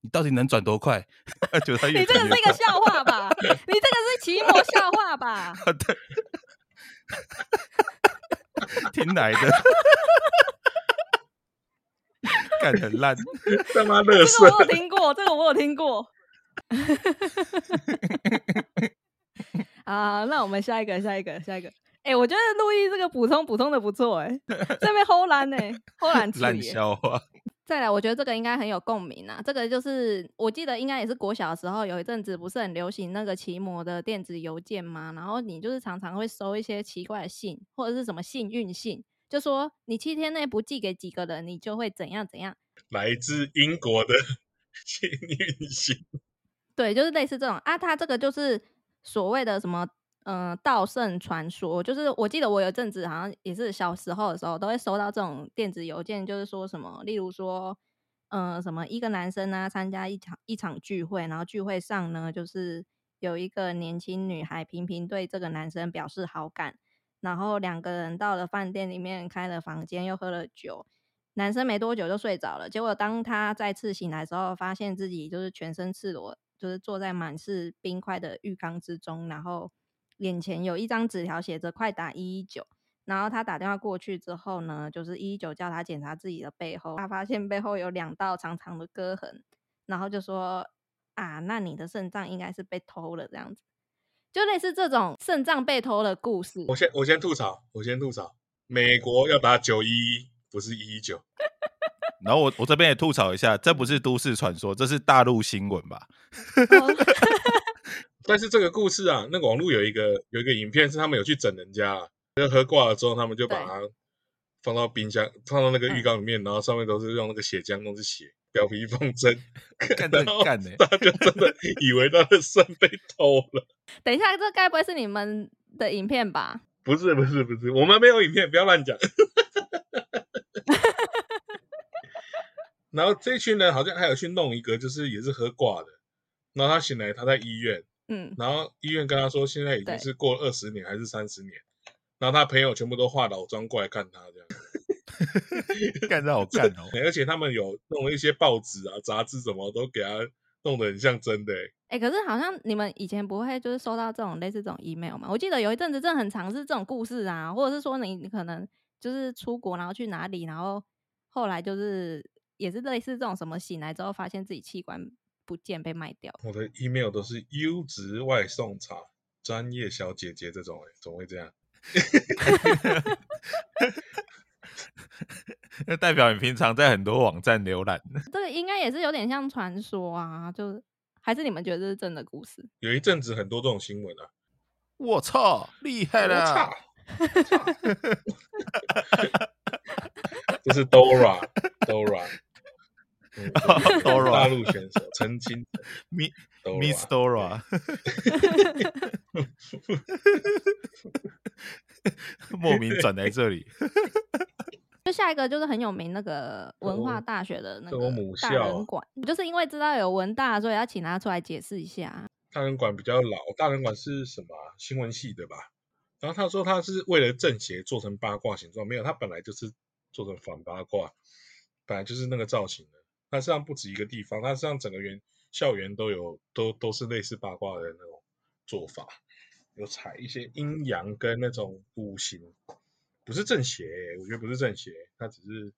Speaker 4: 你到底能转多快？” 他觉得他越
Speaker 3: 你这个是
Speaker 4: 转越
Speaker 3: 一个
Speaker 4: 快
Speaker 3: 笑话吧？ 你这个是奇摩笑话吧？
Speaker 4: 听来 的，干得很烂。
Speaker 1: 他妈
Speaker 3: 这
Speaker 1: 乐
Speaker 3: 个
Speaker 4: 啊
Speaker 3: 我有
Speaker 1: 色！
Speaker 3: 听过，这个我有听过。 啊，那我们下一个，下一个，下一个。哎、我觉得陆毅这个补充补充的不错、欸，哎， 这边齁烂呢，齁烂气
Speaker 4: 烂
Speaker 3: 耶
Speaker 4: 笑话。
Speaker 3: 再来，我觉得这个应该很有共鸣啊。这个就是我记得应该也是国小的时候有一阵子不是很流行那个奇摩的电子邮件嘛，然后你就是常常会收一些奇怪的信或者是什么幸运信，就说你七天内不寄给几个人，你就会怎样怎样。
Speaker 1: 来自英国的幸运星，
Speaker 3: 对，就是类似这种啊，它这个就是所谓的什么。嗯，道圣传说就是，我记得我有阵子好像也是小时候的时候，都会收到这种电子邮件，就是说什么，例如说，嗯，什么一个男生啊参加一场一场聚会，然后聚会上呢，就是有一个年轻女孩频频对这个男生表示好感，然后两个人到了饭店里面开了房间，又喝了酒，男生没多久就睡着了，结果当他再次醒来的时候，发现自己就是全身赤裸，就是坐在满是冰块的浴缸之中，然后眼前有一张纸条写着“快打一一九”。然后他打电话过去之后呢，就是一一九叫他检查自己的背后，他发现背后有两道长长的割痕，然后就说：“啊，那你的肾脏应该是被偷了。”这样子，就类似这种肾脏被偷的故事。
Speaker 1: 我先我先吐槽，我先吐槽，美国要打九一一，不是一一九。
Speaker 4: 然后我我这边也吐槽一下，这不是都市传说，这是大陆新闻 吧？
Speaker 1: 但是这个故事啊，那个网络有一个有一个影片是他们有去整人家啊，就喝挂了之后，他们就把
Speaker 3: 对
Speaker 1: 它放到冰箱，放到那个
Speaker 3: 嗯
Speaker 1: 浴缸里面，然后上面都是用那个血浆，都是血，表皮缝针，
Speaker 4: 干这
Speaker 1: 然
Speaker 4: 很
Speaker 1: 后
Speaker 4: 干呢、欸，
Speaker 1: 他就真的以为他的肾被偷了。
Speaker 3: 等一下，这该不会是你们的影片吧？
Speaker 1: 不是不是不是，我们没有影片，不要乱讲。 然后这群人好像还有去弄一个，就是也是喝挂的，然后他醒来，他在医院，
Speaker 3: 嗯，
Speaker 1: 然后医院跟他说，现在已
Speaker 3: 对
Speaker 1: 经是过了二十年还是三十年，然后他朋友全部都化老妆过来看他这样，
Speaker 4: 干这好干哦、
Speaker 1: 而且他们有弄了一些报纸啊、杂志什么都给他弄得很像真的欸、
Speaker 3: 哎、可是好像你们以前不会就是收到这种类似这种 email 嘛？我记得有一阵子真的很常是这种故事啊，或者是说你你可能就是出国，然后去哪里，然后后来就是也是类似这种什么醒来之后发现自己器官不见被卖掉，
Speaker 1: 我的 email 都是优质外送茶、专业小姐姐这种、欸，怎么会这样？
Speaker 4: 那代表你平常在很多网站浏览，
Speaker 3: 这个应该也是有点像传说啊，就是还是你们觉得这是真的故事？
Speaker 1: 有一阵子很多这种新闻啊，
Speaker 4: 我操，厉害
Speaker 1: 我操
Speaker 4: 啦！！
Speaker 1: 这是 Dora Dora，嗯
Speaker 4: Dora
Speaker 1: 大陆选手陈清晨
Speaker 4: Mi-
Speaker 1: Dora
Speaker 4: ，Miss Dora，莫名转来这里，
Speaker 3: 就下一个就是很有名那个文化
Speaker 1: 我
Speaker 3: 大学的那
Speaker 1: 这
Speaker 3: 个
Speaker 1: 我母
Speaker 3: 大
Speaker 1: 校
Speaker 3: 人
Speaker 1: 啊
Speaker 3: 馆，就是因为知道有文大，所以要请他出来解释一下啊。
Speaker 1: 大人馆比较老，大人馆是什么啊、新闻系的吧？然后他说他是为了正邪做成八卦形状，没有，他本来就是做成反八卦，本来就是那个造型的。他身上不止一个地方，他身上整个园校园都有，都都是类似八卦的那种做法，有采一些阴阳跟那种五行，不是正邪欸、我觉得不是正邪，他只是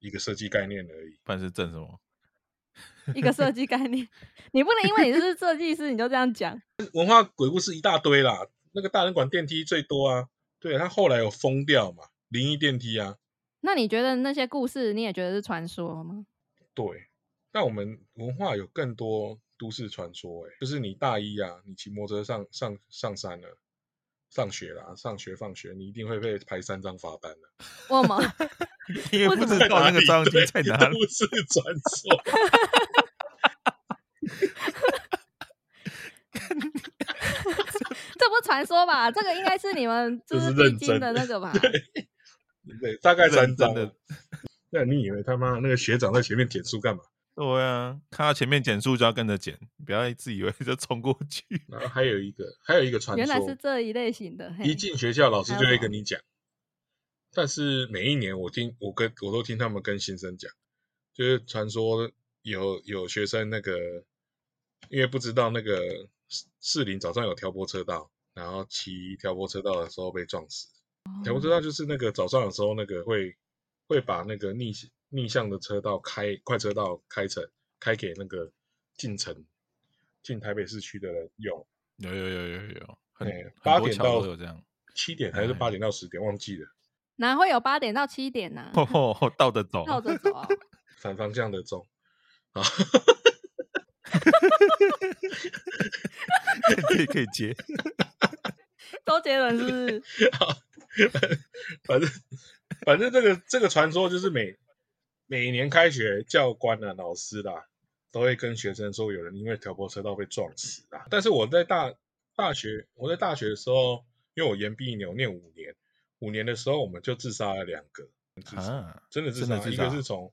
Speaker 1: 一个设计概念而已。
Speaker 4: 不然是正什么？
Speaker 3: 一个设计概念， 你不能因为你是设计师你就这样讲。
Speaker 1: 文化鬼故事一大堆啦，那个大人馆电梯最多啊。对，它后来有封掉嘛，灵异电梯啊。
Speaker 3: 那你觉得那些故事你也觉得是传说吗？
Speaker 1: 对，那我们文化有更多都市传说、欸，哎，就是你大一啊，你骑摩托车上上上山了，上学啦，上学放学，你一定会被排三张罚单的。
Speaker 3: 我 吗？
Speaker 4: 因为不知道那个张机
Speaker 1: 对
Speaker 4: 在哪里，
Speaker 1: 都市传说，
Speaker 3: 这不是传说吧？这个应该是你们就
Speaker 1: 这
Speaker 3: 是
Speaker 1: 是
Speaker 3: 必
Speaker 1: 认
Speaker 3: 经
Speaker 1: 真
Speaker 3: 的
Speaker 1: 的
Speaker 3: 那个吧？
Speaker 1: 对，大概三张
Speaker 4: 认真的
Speaker 1: 啊。那你以为他妈那个学长在前面点数干嘛？
Speaker 4: 对啊，看到前面减速就要跟着减，不要自以为就冲过去。
Speaker 1: 然后还有一个，还有一个传
Speaker 3: 原来是
Speaker 1: 说，
Speaker 3: 这一类型的。嘿
Speaker 1: 一进学校老师
Speaker 3: 还
Speaker 1: 就
Speaker 3: 有
Speaker 1: 会
Speaker 3: 什么
Speaker 1: 跟你讲，但是每一年我听我跟我都听他们跟新生讲，就是传说有有学生那个，因为不知道那个士士林早上有调拨车道，然后骑调拨车道的时候被撞死。调拨车道就是那个早上的时候，那个会会把那个逆逆向的车道开快车道开成开给那个进城进台北市区的人用。
Speaker 4: 有有有有有，很
Speaker 1: 对，
Speaker 4: 很
Speaker 1: 哎八
Speaker 4: 多
Speaker 1: 点
Speaker 4: 桥
Speaker 1: 到
Speaker 4: 都有这样。
Speaker 1: 七点还是
Speaker 4: 哎
Speaker 1: 八点到十点，忘记了。
Speaker 3: 哪会有八点到七点呢、
Speaker 4: 哦，倒着走，
Speaker 3: 绕着走啊、
Speaker 1: 反方向的钟啊，
Speaker 4: 可以可以 接。
Speaker 3: 周杰伦是不是？
Speaker 1: 反正反正这个这个传说就是每每年开学，教官啊、老师啦、都会跟学生说，有人因为调拨车道被撞死啊。但是我在大大学，我在大学的时候，因为我延毕一年，我念五年，五年的时候我们就自杀了两个，
Speaker 4: 啊，
Speaker 1: 真的自
Speaker 4: 真
Speaker 1: 杀，
Speaker 4: 的自
Speaker 1: 一个
Speaker 4: 杀
Speaker 1: 是从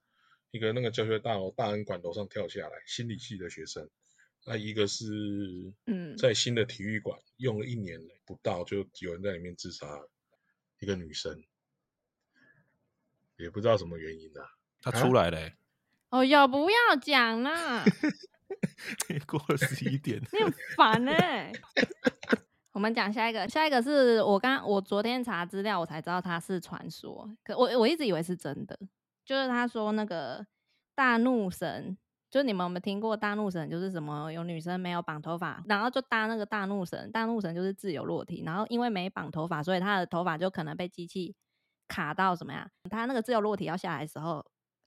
Speaker 1: 一个那个教学大楼大恩馆楼上跳下来，心理系的学生，那一个是
Speaker 3: 嗯
Speaker 1: 在新的体育馆用了一年不到，就有人在里面自杀了，一个女生，也不知道什么原因啊。
Speaker 4: 他出来了欸，
Speaker 3: 哦，有不要讲啦，
Speaker 4: 过了十一 点。
Speaker 3: 你很烦呢、我们讲下一个，下一个是我刚我昨天查资料，我才知道它是传说，可我我一直以为是真的。就是他说那个大怒神，就你们有没有听过大怒神？就是什么有女生没有绑头发，然后就搭那个大怒神，大怒神就是自由落体，然后因为没绑头发，所以他的头发就可能被机器卡到什么呀？他那个自由落体要下来的时候，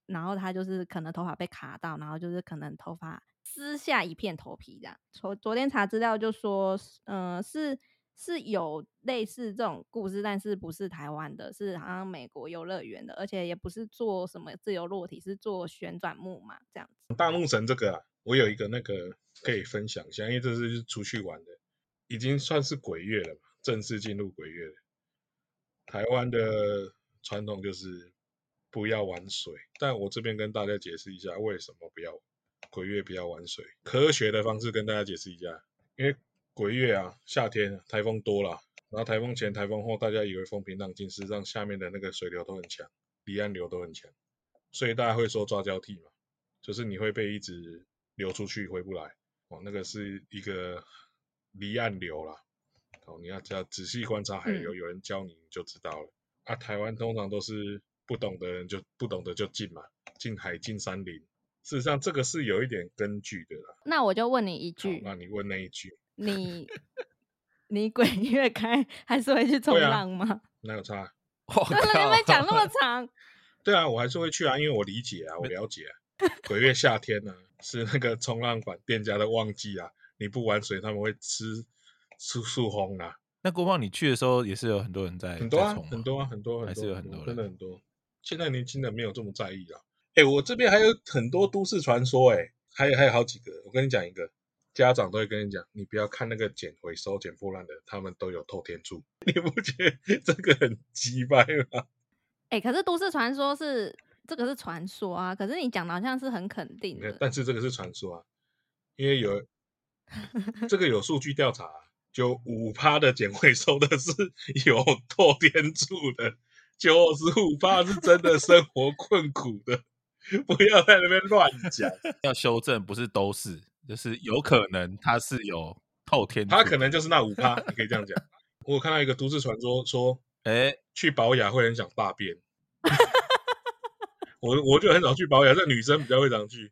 Speaker 3: 然后他就是可能头发被卡到，然后就是可能头发撕下一片头皮这样。昨昨天查资料就说，嗯、呃，是。是有类似这种故事，但是不是台湾的，是好像美国游乐园的，而且也不是做什么自由落体，是做旋转木马这样子。
Speaker 1: 大怒神这个啊，我有一个那个可以分享一下，因为这是就是出去玩的，已经算是鬼月了嘛，正式进入鬼月了。台湾的传统就是不要玩水，但我这边跟大家解释一下为什么不要鬼月不要玩水，科学的方式跟大家解释一下，因为鬼月啊，夏天啊台风多了。然后台风前、台风后，大家以为风平浪静，事实上下面的那个水流都很强，离岸流都很强，所以大家会说抓交替嘛。就是你会被一直流出去，回不来。哦，那个是一个离岸流啦。哦，你要只要仔细观察海流，有人教你你就知道了。啊，台湾通常都是不懂的人就不懂的就进嘛，进海进山林。事实上，这个是有一点根据的啦。
Speaker 3: 那我就问你一
Speaker 1: 好
Speaker 3: 句，
Speaker 1: 那你问那一句，
Speaker 3: 你 你鬼月开还是会去冲
Speaker 1: 啊
Speaker 3: 浪吗？
Speaker 1: 哪有差？
Speaker 4: 我
Speaker 3: 对了，你们讲那么长，
Speaker 1: 对啊，我还是会去啊，因为我理解啊，我了解啊。鬼月夏天呢、啊，是那个冲浪板店家的旺季啊，你不玩水，他们会吃吃树轰啊。
Speaker 4: 那郭胖，你去的时候也是有很多人在
Speaker 1: 很多啊
Speaker 4: 在冲，吗
Speaker 1: 很多啊，很多，
Speaker 4: 还
Speaker 1: 很
Speaker 4: 是有很多
Speaker 1: 真
Speaker 4: 人
Speaker 1: 的很多。现在年轻人没有这么在意了。哎，我这边还有很多都市传说，哎，还有还有好几个。我跟你讲一个，家长都会跟你讲，你不要看那个捡回收、捡破烂的，他们都有透天柱。 你不觉得这个很鸡掰吗？
Speaker 3: 哎、可是都市传说是这个是传说啊，可是你讲的好像是很肯定
Speaker 1: 没有
Speaker 3: 的。
Speaker 1: 但是这个是传说啊，因为有这个有数据调查啊、就五趴的捡回收的是 有透天柱的，九十五趴是真的生活困苦的。不要在那边乱讲，
Speaker 4: 要修正，不是都是，就是有可能他是有透天柱的，
Speaker 1: 他可能就是那五趴，你可以这样讲。 我有看到一个都市传说说，
Speaker 4: 哎，
Speaker 1: 去保养会很想大便。我我就很少去保养，这女生比较会常去。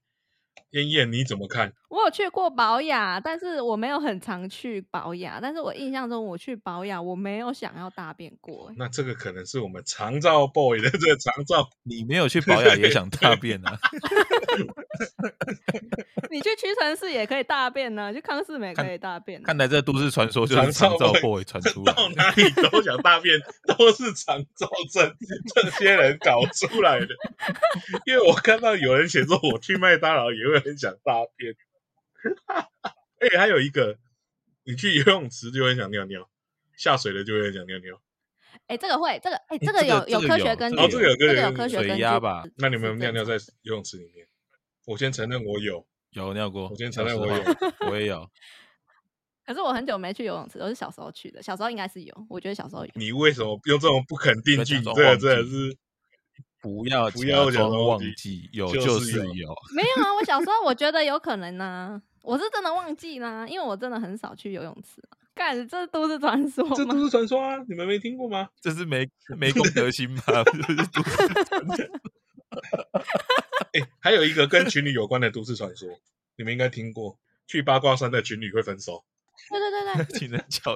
Speaker 1: 燕燕你怎么看？
Speaker 3: 我有去过保养，但是我没有很常去保养。但是我印象中，我去保养，我没有想要大便过、欸
Speaker 1: 那这个可能是我们长照 boy 的这个长照，
Speaker 4: 你没有去保养也想大便 啊？
Speaker 3: 你去屈臣氏也可以大便呢、去康士美
Speaker 4: 看
Speaker 3: 可以大便、啊
Speaker 4: 看。来这都市传说就是
Speaker 1: 长
Speaker 4: 长
Speaker 1: 照
Speaker 4: 照
Speaker 1: boy
Speaker 4: boy 传出来
Speaker 1: 到
Speaker 4: 的。
Speaker 1: 哪里都想大便， 都是肠燥症 这些人搞出来的。 因为我看到有人写说，我去麦当劳也会很想大便。 哎、还有一个，你去游泳池就会想尿尿，下水了就会很想尿尿。
Speaker 3: 哎、这个会，这个哎、这
Speaker 4: 这
Speaker 3: 个
Speaker 4: 个
Speaker 3: 有、
Speaker 4: 这
Speaker 3: 有
Speaker 4: 个
Speaker 3: 科
Speaker 4: 有
Speaker 3: 学根
Speaker 4: 这
Speaker 3: 据，
Speaker 4: 个有
Speaker 1: 这个有
Speaker 3: 有
Speaker 1: 科
Speaker 3: 科学
Speaker 4: 水
Speaker 3: 根据。
Speaker 4: 压吧
Speaker 1: 那你们有没有尿尿
Speaker 3: 是
Speaker 1: 在游泳池里面？我先承认我有，
Speaker 4: 有尿过，
Speaker 1: 我先承认
Speaker 4: 小
Speaker 1: 我
Speaker 4: 时
Speaker 1: 有
Speaker 4: 候，我也有。
Speaker 3: 可是我很久没去游泳池，我是小时候去的，小时候应该是有，我觉得小时候有。
Speaker 1: 你为什么用这种不肯定句？你
Speaker 4: 不要假
Speaker 1: 这个
Speaker 4: 装忘记
Speaker 1: 真的是
Speaker 4: 不要
Speaker 1: 不要
Speaker 4: 假
Speaker 1: 假装
Speaker 4: 装忘
Speaker 1: 忘记
Speaker 4: 记，有
Speaker 1: 就
Speaker 4: 就是是
Speaker 1: 有
Speaker 4: 有。
Speaker 3: 没有啊，我小时候我觉得有可能呢、我是真的忘记啦，因为我真的很少去游泳池、啊。干，这都是传说
Speaker 1: 这
Speaker 3: 吗？
Speaker 1: 都是传说啊！你们没听过吗？
Speaker 4: 这是没没公德心吧？ 就是都市传说
Speaker 1: 哎、还有一个跟情侣有关的都市传说，你们应该听过，去八卦山的情侣会分手。
Speaker 3: 对对对对，
Speaker 4: 情人桥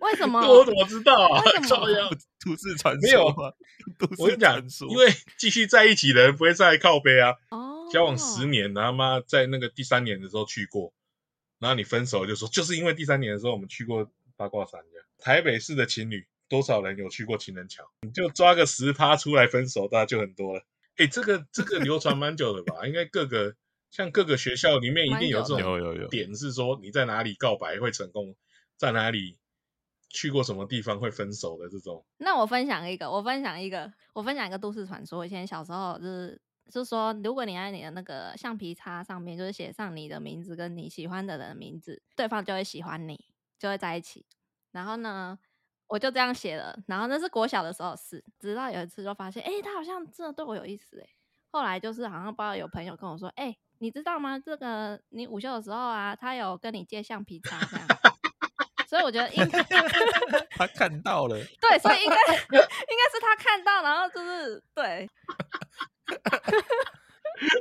Speaker 3: 为什么
Speaker 1: 这？我怎么知道啊
Speaker 3: 为什？么
Speaker 1: 照样，
Speaker 4: 都市传说
Speaker 1: 没有
Speaker 4: 啊，都
Speaker 1: 我跟
Speaker 4: 市
Speaker 1: 你讲
Speaker 4: 传，说。
Speaker 1: 因为继续在一起的人不会再来靠背啊。
Speaker 3: 哦，
Speaker 1: 交往十年，然后妈在那个第三年的时候去过，然后你分手就说就是因为第三年的时候我们去过八卦山这样。台北市的情侣多少人有去过情人桥？你就抓个十趴出来分手，大家就很多了。哎，这个这个流传蛮久的吧？应该各个像各个学校里面一定有这
Speaker 4: 蛮久的
Speaker 1: 种
Speaker 4: 有有有
Speaker 1: 点是说你在哪里告白会成功，在哪里去过什么地方会分手的这种。
Speaker 3: 那我分享一个，我分享一个，我分享一个都市传说。以前小时候就是，就是说，如果你在你的那个橡皮擦上面，就是写上你的名字跟你喜欢的人的名字，对方就会喜欢你，就会在一起。然后呢，我就这样写了。然后那是国小的时候的事，直到有一次就发现，哎、他好像真的对我有意思、欸，后来就是好像不知道有朋友跟我说，哎、你知道吗？这个你午休的时候啊，他有跟你借橡皮擦这样。所以我觉得应该
Speaker 4: 他看到了，
Speaker 3: 对，所以应该应该是他看到，然后就是对，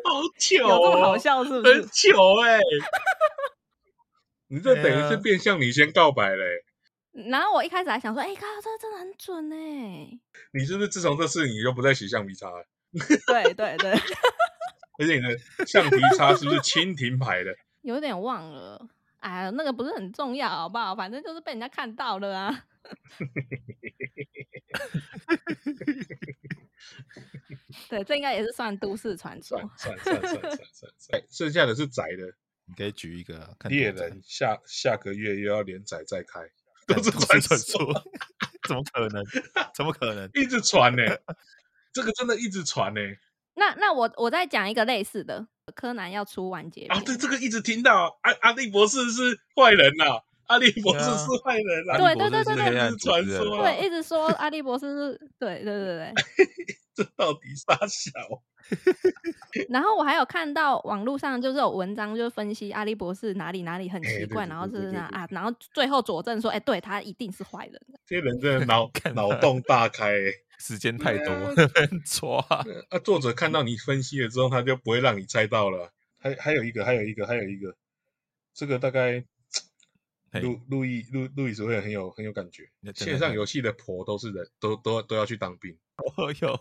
Speaker 1: 好糗、
Speaker 3: 有
Speaker 1: 哦，
Speaker 3: 这么好笑是不
Speaker 1: 很
Speaker 3: 是？
Speaker 1: 糗哎、你这等于
Speaker 4: 对
Speaker 1: 是
Speaker 4: 啊
Speaker 1: 变相你先告白嘞、
Speaker 3: 然后我一开始还想说，哎、靠，这个真的很准哎、
Speaker 1: 你是不是自从这次你就不再洗橡皮擦了？
Speaker 3: 对对 对，
Speaker 1: 而且你的橡皮擦是不是蜻蜓牌 的？
Speaker 3: 有点忘了，哎呀，那个不是很重要，好不好？反正就是被人家看到了啊。 对，这应该也是算都市传说
Speaker 1: 算。算算算算算算，哎剩下的是宅的
Speaker 4: 你可以举一个啊看
Speaker 1: 猎
Speaker 4: 多宅
Speaker 1: 人，下下个月又要连载再开，
Speaker 4: 看
Speaker 1: 都是
Speaker 4: 都市
Speaker 1: 传
Speaker 4: 传
Speaker 1: 说，
Speaker 4: 说， 怎么可能？怎么可能？
Speaker 1: 一直传呢、欸这个真的一直传欸呢、
Speaker 3: 那那我我再讲一个类似的，柯南要出完结
Speaker 1: 啊，
Speaker 3: 篇，
Speaker 1: 对，这个一直听到阿阿笠博士是坏人呐、阿笠博士
Speaker 4: 对啊
Speaker 1: 是坏人呐、
Speaker 3: 对
Speaker 4: 安妮博士
Speaker 3: 对对
Speaker 4: 是
Speaker 3: 对
Speaker 4: 黑暗组织
Speaker 1: 传
Speaker 4: 的
Speaker 1: 说啊
Speaker 3: 对，一直说阿笠博士是，对对对对。
Speaker 1: 这到底啥小？
Speaker 3: 然后我还有看到网络上就是有文章，就是分析阿笠博士哪里哪里很
Speaker 1: 哎对
Speaker 3: 奇怪，
Speaker 1: 对
Speaker 3: 然后
Speaker 1: 对
Speaker 3: 就
Speaker 1: 对
Speaker 3: 是
Speaker 1: 对
Speaker 3: 那
Speaker 1: 对
Speaker 3: 啊，然后最后佐证说，哎，对他一定是坏人。
Speaker 1: 这些人真的脑
Speaker 4: 看
Speaker 1: 脑
Speaker 4: 他
Speaker 1: 洞大开、欸。
Speaker 4: 时间太多
Speaker 1: 嗯，
Speaker 4: 被人抓。
Speaker 1: 啊，作者看到你分析了之后，他就不会让你猜到了。还还有一个，还有一个，还有一个，这个大概
Speaker 4: 嘿
Speaker 1: 路路易路路易斯会很有很有感觉。
Speaker 4: 那真的
Speaker 1: 线上
Speaker 4: 很
Speaker 1: 游戏的婆都是人，都都都要去当 兵。
Speaker 4: 我 有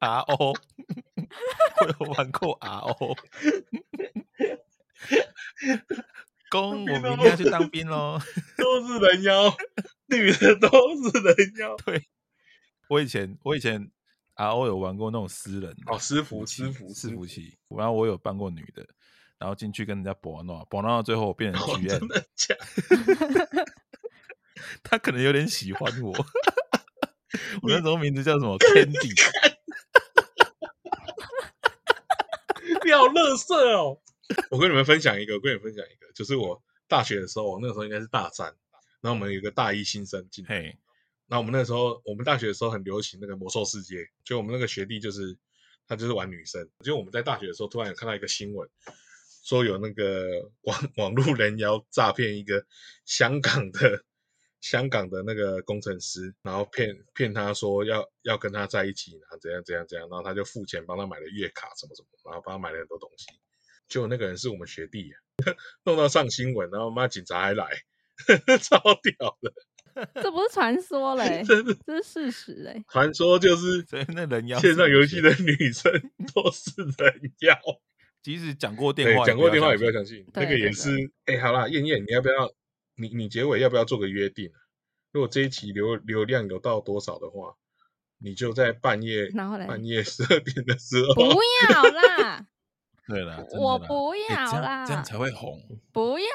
Speaker 4: RO，我有玩 过 RO。公，我明天要去当兵喽！
Speaker 1: 都是人妖， 女的都是人妖。
Speaker 4: 我以前我以前 RO 有玩过那种私人的
Speaker 1: 哦，私服
Speaker 4: 器
Speaker 1: 私服
Speaker 4: 私 服，器，然后我有扮过女的，然后进去跟人家搏闹，搏闹到最后我变成
Speaker 1: 哦
Speaker 4: G
Speaker 1: 真
Speaker 4: M，
Speaker 1: 的假的？
Speaker 4: 他可能有点喜欢我。 我那时候名字叫什么 Candy，
Speaker 1: 不要乐色哦！我跟你们分享一个，我跟你们分享一个，就是我大学的时候，我那个时候应该是大三，然后我们有一个大一新生进来，
Speaker 4: 嘿，
Speaker 1: 那我们那时候，我们大学的时候很流行那个魔兽世界，就我们那个学弟就是他就是玩女生，就我们在大学的时候突然有看到一个新闻， 说有那个网网络人妖诈骗一个香港的香港的那个工程师，然后骗骗他说要要跟他在一起，然后怎样怎样怎样，然后他就付钱帮他买了月卡什么什么，然后帮他买了很多东西。结果那个人是我们学弟、啊， 弄到上新闻，然后妈警察还来， 超屌的。
Speaker 3: 这不是传说嘞、
Speaker 1: 真的
Speaker 3: 这是事实嘞、
Speaker 1: 传说就是
Speaker 4: 所以那人妖
Speaker 1: 线上游戏
Speaker 4: 的，
Speaker 1: 的女生 都是人妖，
Speaker 4: 即使讲过电
Speaker 1: 对，
Speaker 4: 话，
Speaker 1: 讲 过电话也不要相信，
Speaker 3: 对
Speaker 1: 那个也
Speaker 3: 对
Speaker 1: 是。哎，好啦，燕燕，你要不要？你你结尾要不要做个约定啊？如果这一期流流量有到多少的话，你就在半夜
Speaker 3: 然后嘞，
Speaker 1: 半夜十二点的时
Speaker 3: 不
Speaker 1: 候，
Speaker 3: 要啦，
Speaker 4: 对啦，啊真的
Speaker 3: 我
Speaker 4: 啦
Speaker 3: 不
Speaker 4: 哎这
Speaker 3: 要
Speaker 4: 样
Speaker 3: 啦，
Speaker 4: 这样才会红。
Speaker 3: 不要。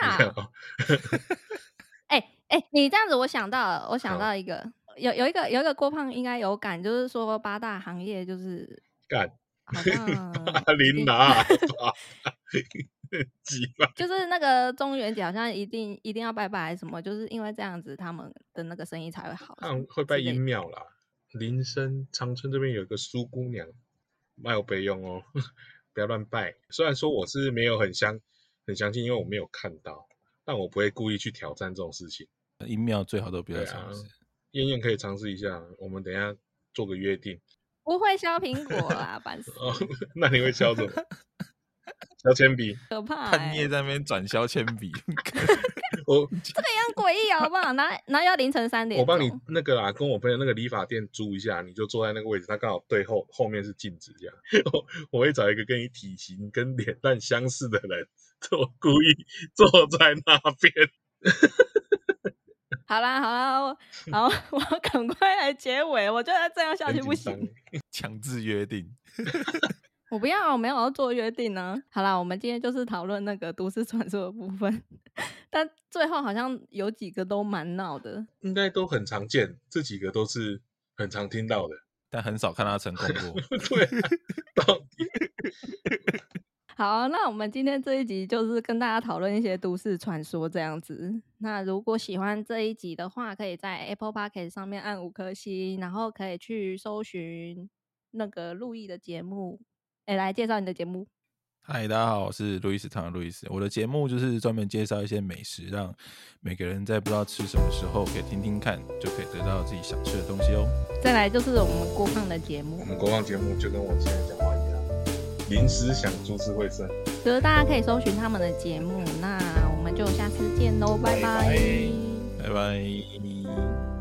Speaker 3: 哎、哎、你这样子，我想到了，我想
Speaker 1: 好
Speaker 3: 到一个，有有一个有一个郭胖应该有感，就是说八大行业就是
Speaker 1: 干
Speaker 3: 好像
Speaker 1: 阿琳 娜， 鸡巴
Speaker 3: 就是那个中元节好像一定一定要拜拜还是什么，就是因为这样子他们的那个生意才会好。
Speaker 1: 看会拜
Speaker 3: 类
Speaker 1: 阴
Speaker 3: 的
Speaker 1: 庙啦。林森长春这边有个苏姑娘，蛮有备用哦， 不要乱拜。虽然说我是没有很相很相信，因为我没有看到，但我不会故意去挑战这种事情。
Speaker 4: 音庙最好都不要
Speaker 1: 对啊
Speaker 4: 尝
Speaker 3: 哎
Speaker 4: 试。
Speaker 1: 燕燕可以尝试一下，我们等一下做个约定。
Speaker 3: 不会削苹果啦，烦死了，
Speaker 1: 哦， 那你会削什么？削铅笔？
Speaker 3: 可怕、
Speaker 4: 半夜
Speaker 3: 欸，
Speaker 4: 在那边转销铅笔，
Speaker 1: 我
Speaker 3: 这样诡异哦好不好？哪哪要凌晨三点？
Speaker 1: 我帮你，那个啊，跟我朋友那个理发店租一下，你就坐在那个位置，他刚好对后后面是镜子这样。 我我会找一个跟你体型跟脸蛋相似的人，我故意坐在那边。
Speaker 3: 好啦好 啦，我好，我要赶快来结尾，我觉得这样下去
Speaker 1: 很
Speaker 3: 不
Speaker 1: 紧张
Speaker 3: 行，
Speaker 4: 强制约定。
Speaker 3: 我不要，我没有要做约定呢、好啦，我们今天就是讨论那个都市传说的部分， 但最后好像有几个都蛮闹的，
Speaker 1: 应该都很常见，这几个都是很常听到的。
Speaker 4: 但很少看他成功过。
Speaker 1: 对啊，到底
Speaker 3: 好，那我们今天这一集就是跟大家讨论一些都市传说这样子。那如果喜欢这一集的话，可以在 Apple p o c k e t 上面按五颗星，然后可以去搜寻那个陆毅的节目，哎、来介绍你的节目。
Speaker 4: 嗨，大家好，我是路易斯唐路易斯。我的节目就是专门介绍一些美食，让每个人在不知道吃什么时候可以听听看，就可以得到自己想吃的东西哦。
Speaker 3: 再来就是我们郭胖的节目
Speaker 1: 我，们国防节目就跟我之前讲话一样，临时想株式会社。
Speaker 3: 就是大家可以搜寻他们的节目。那我们就下次见喽，拜
Speaker 1: 拜拜
Speaker 3: 拜
Speaker 4: 拜拜。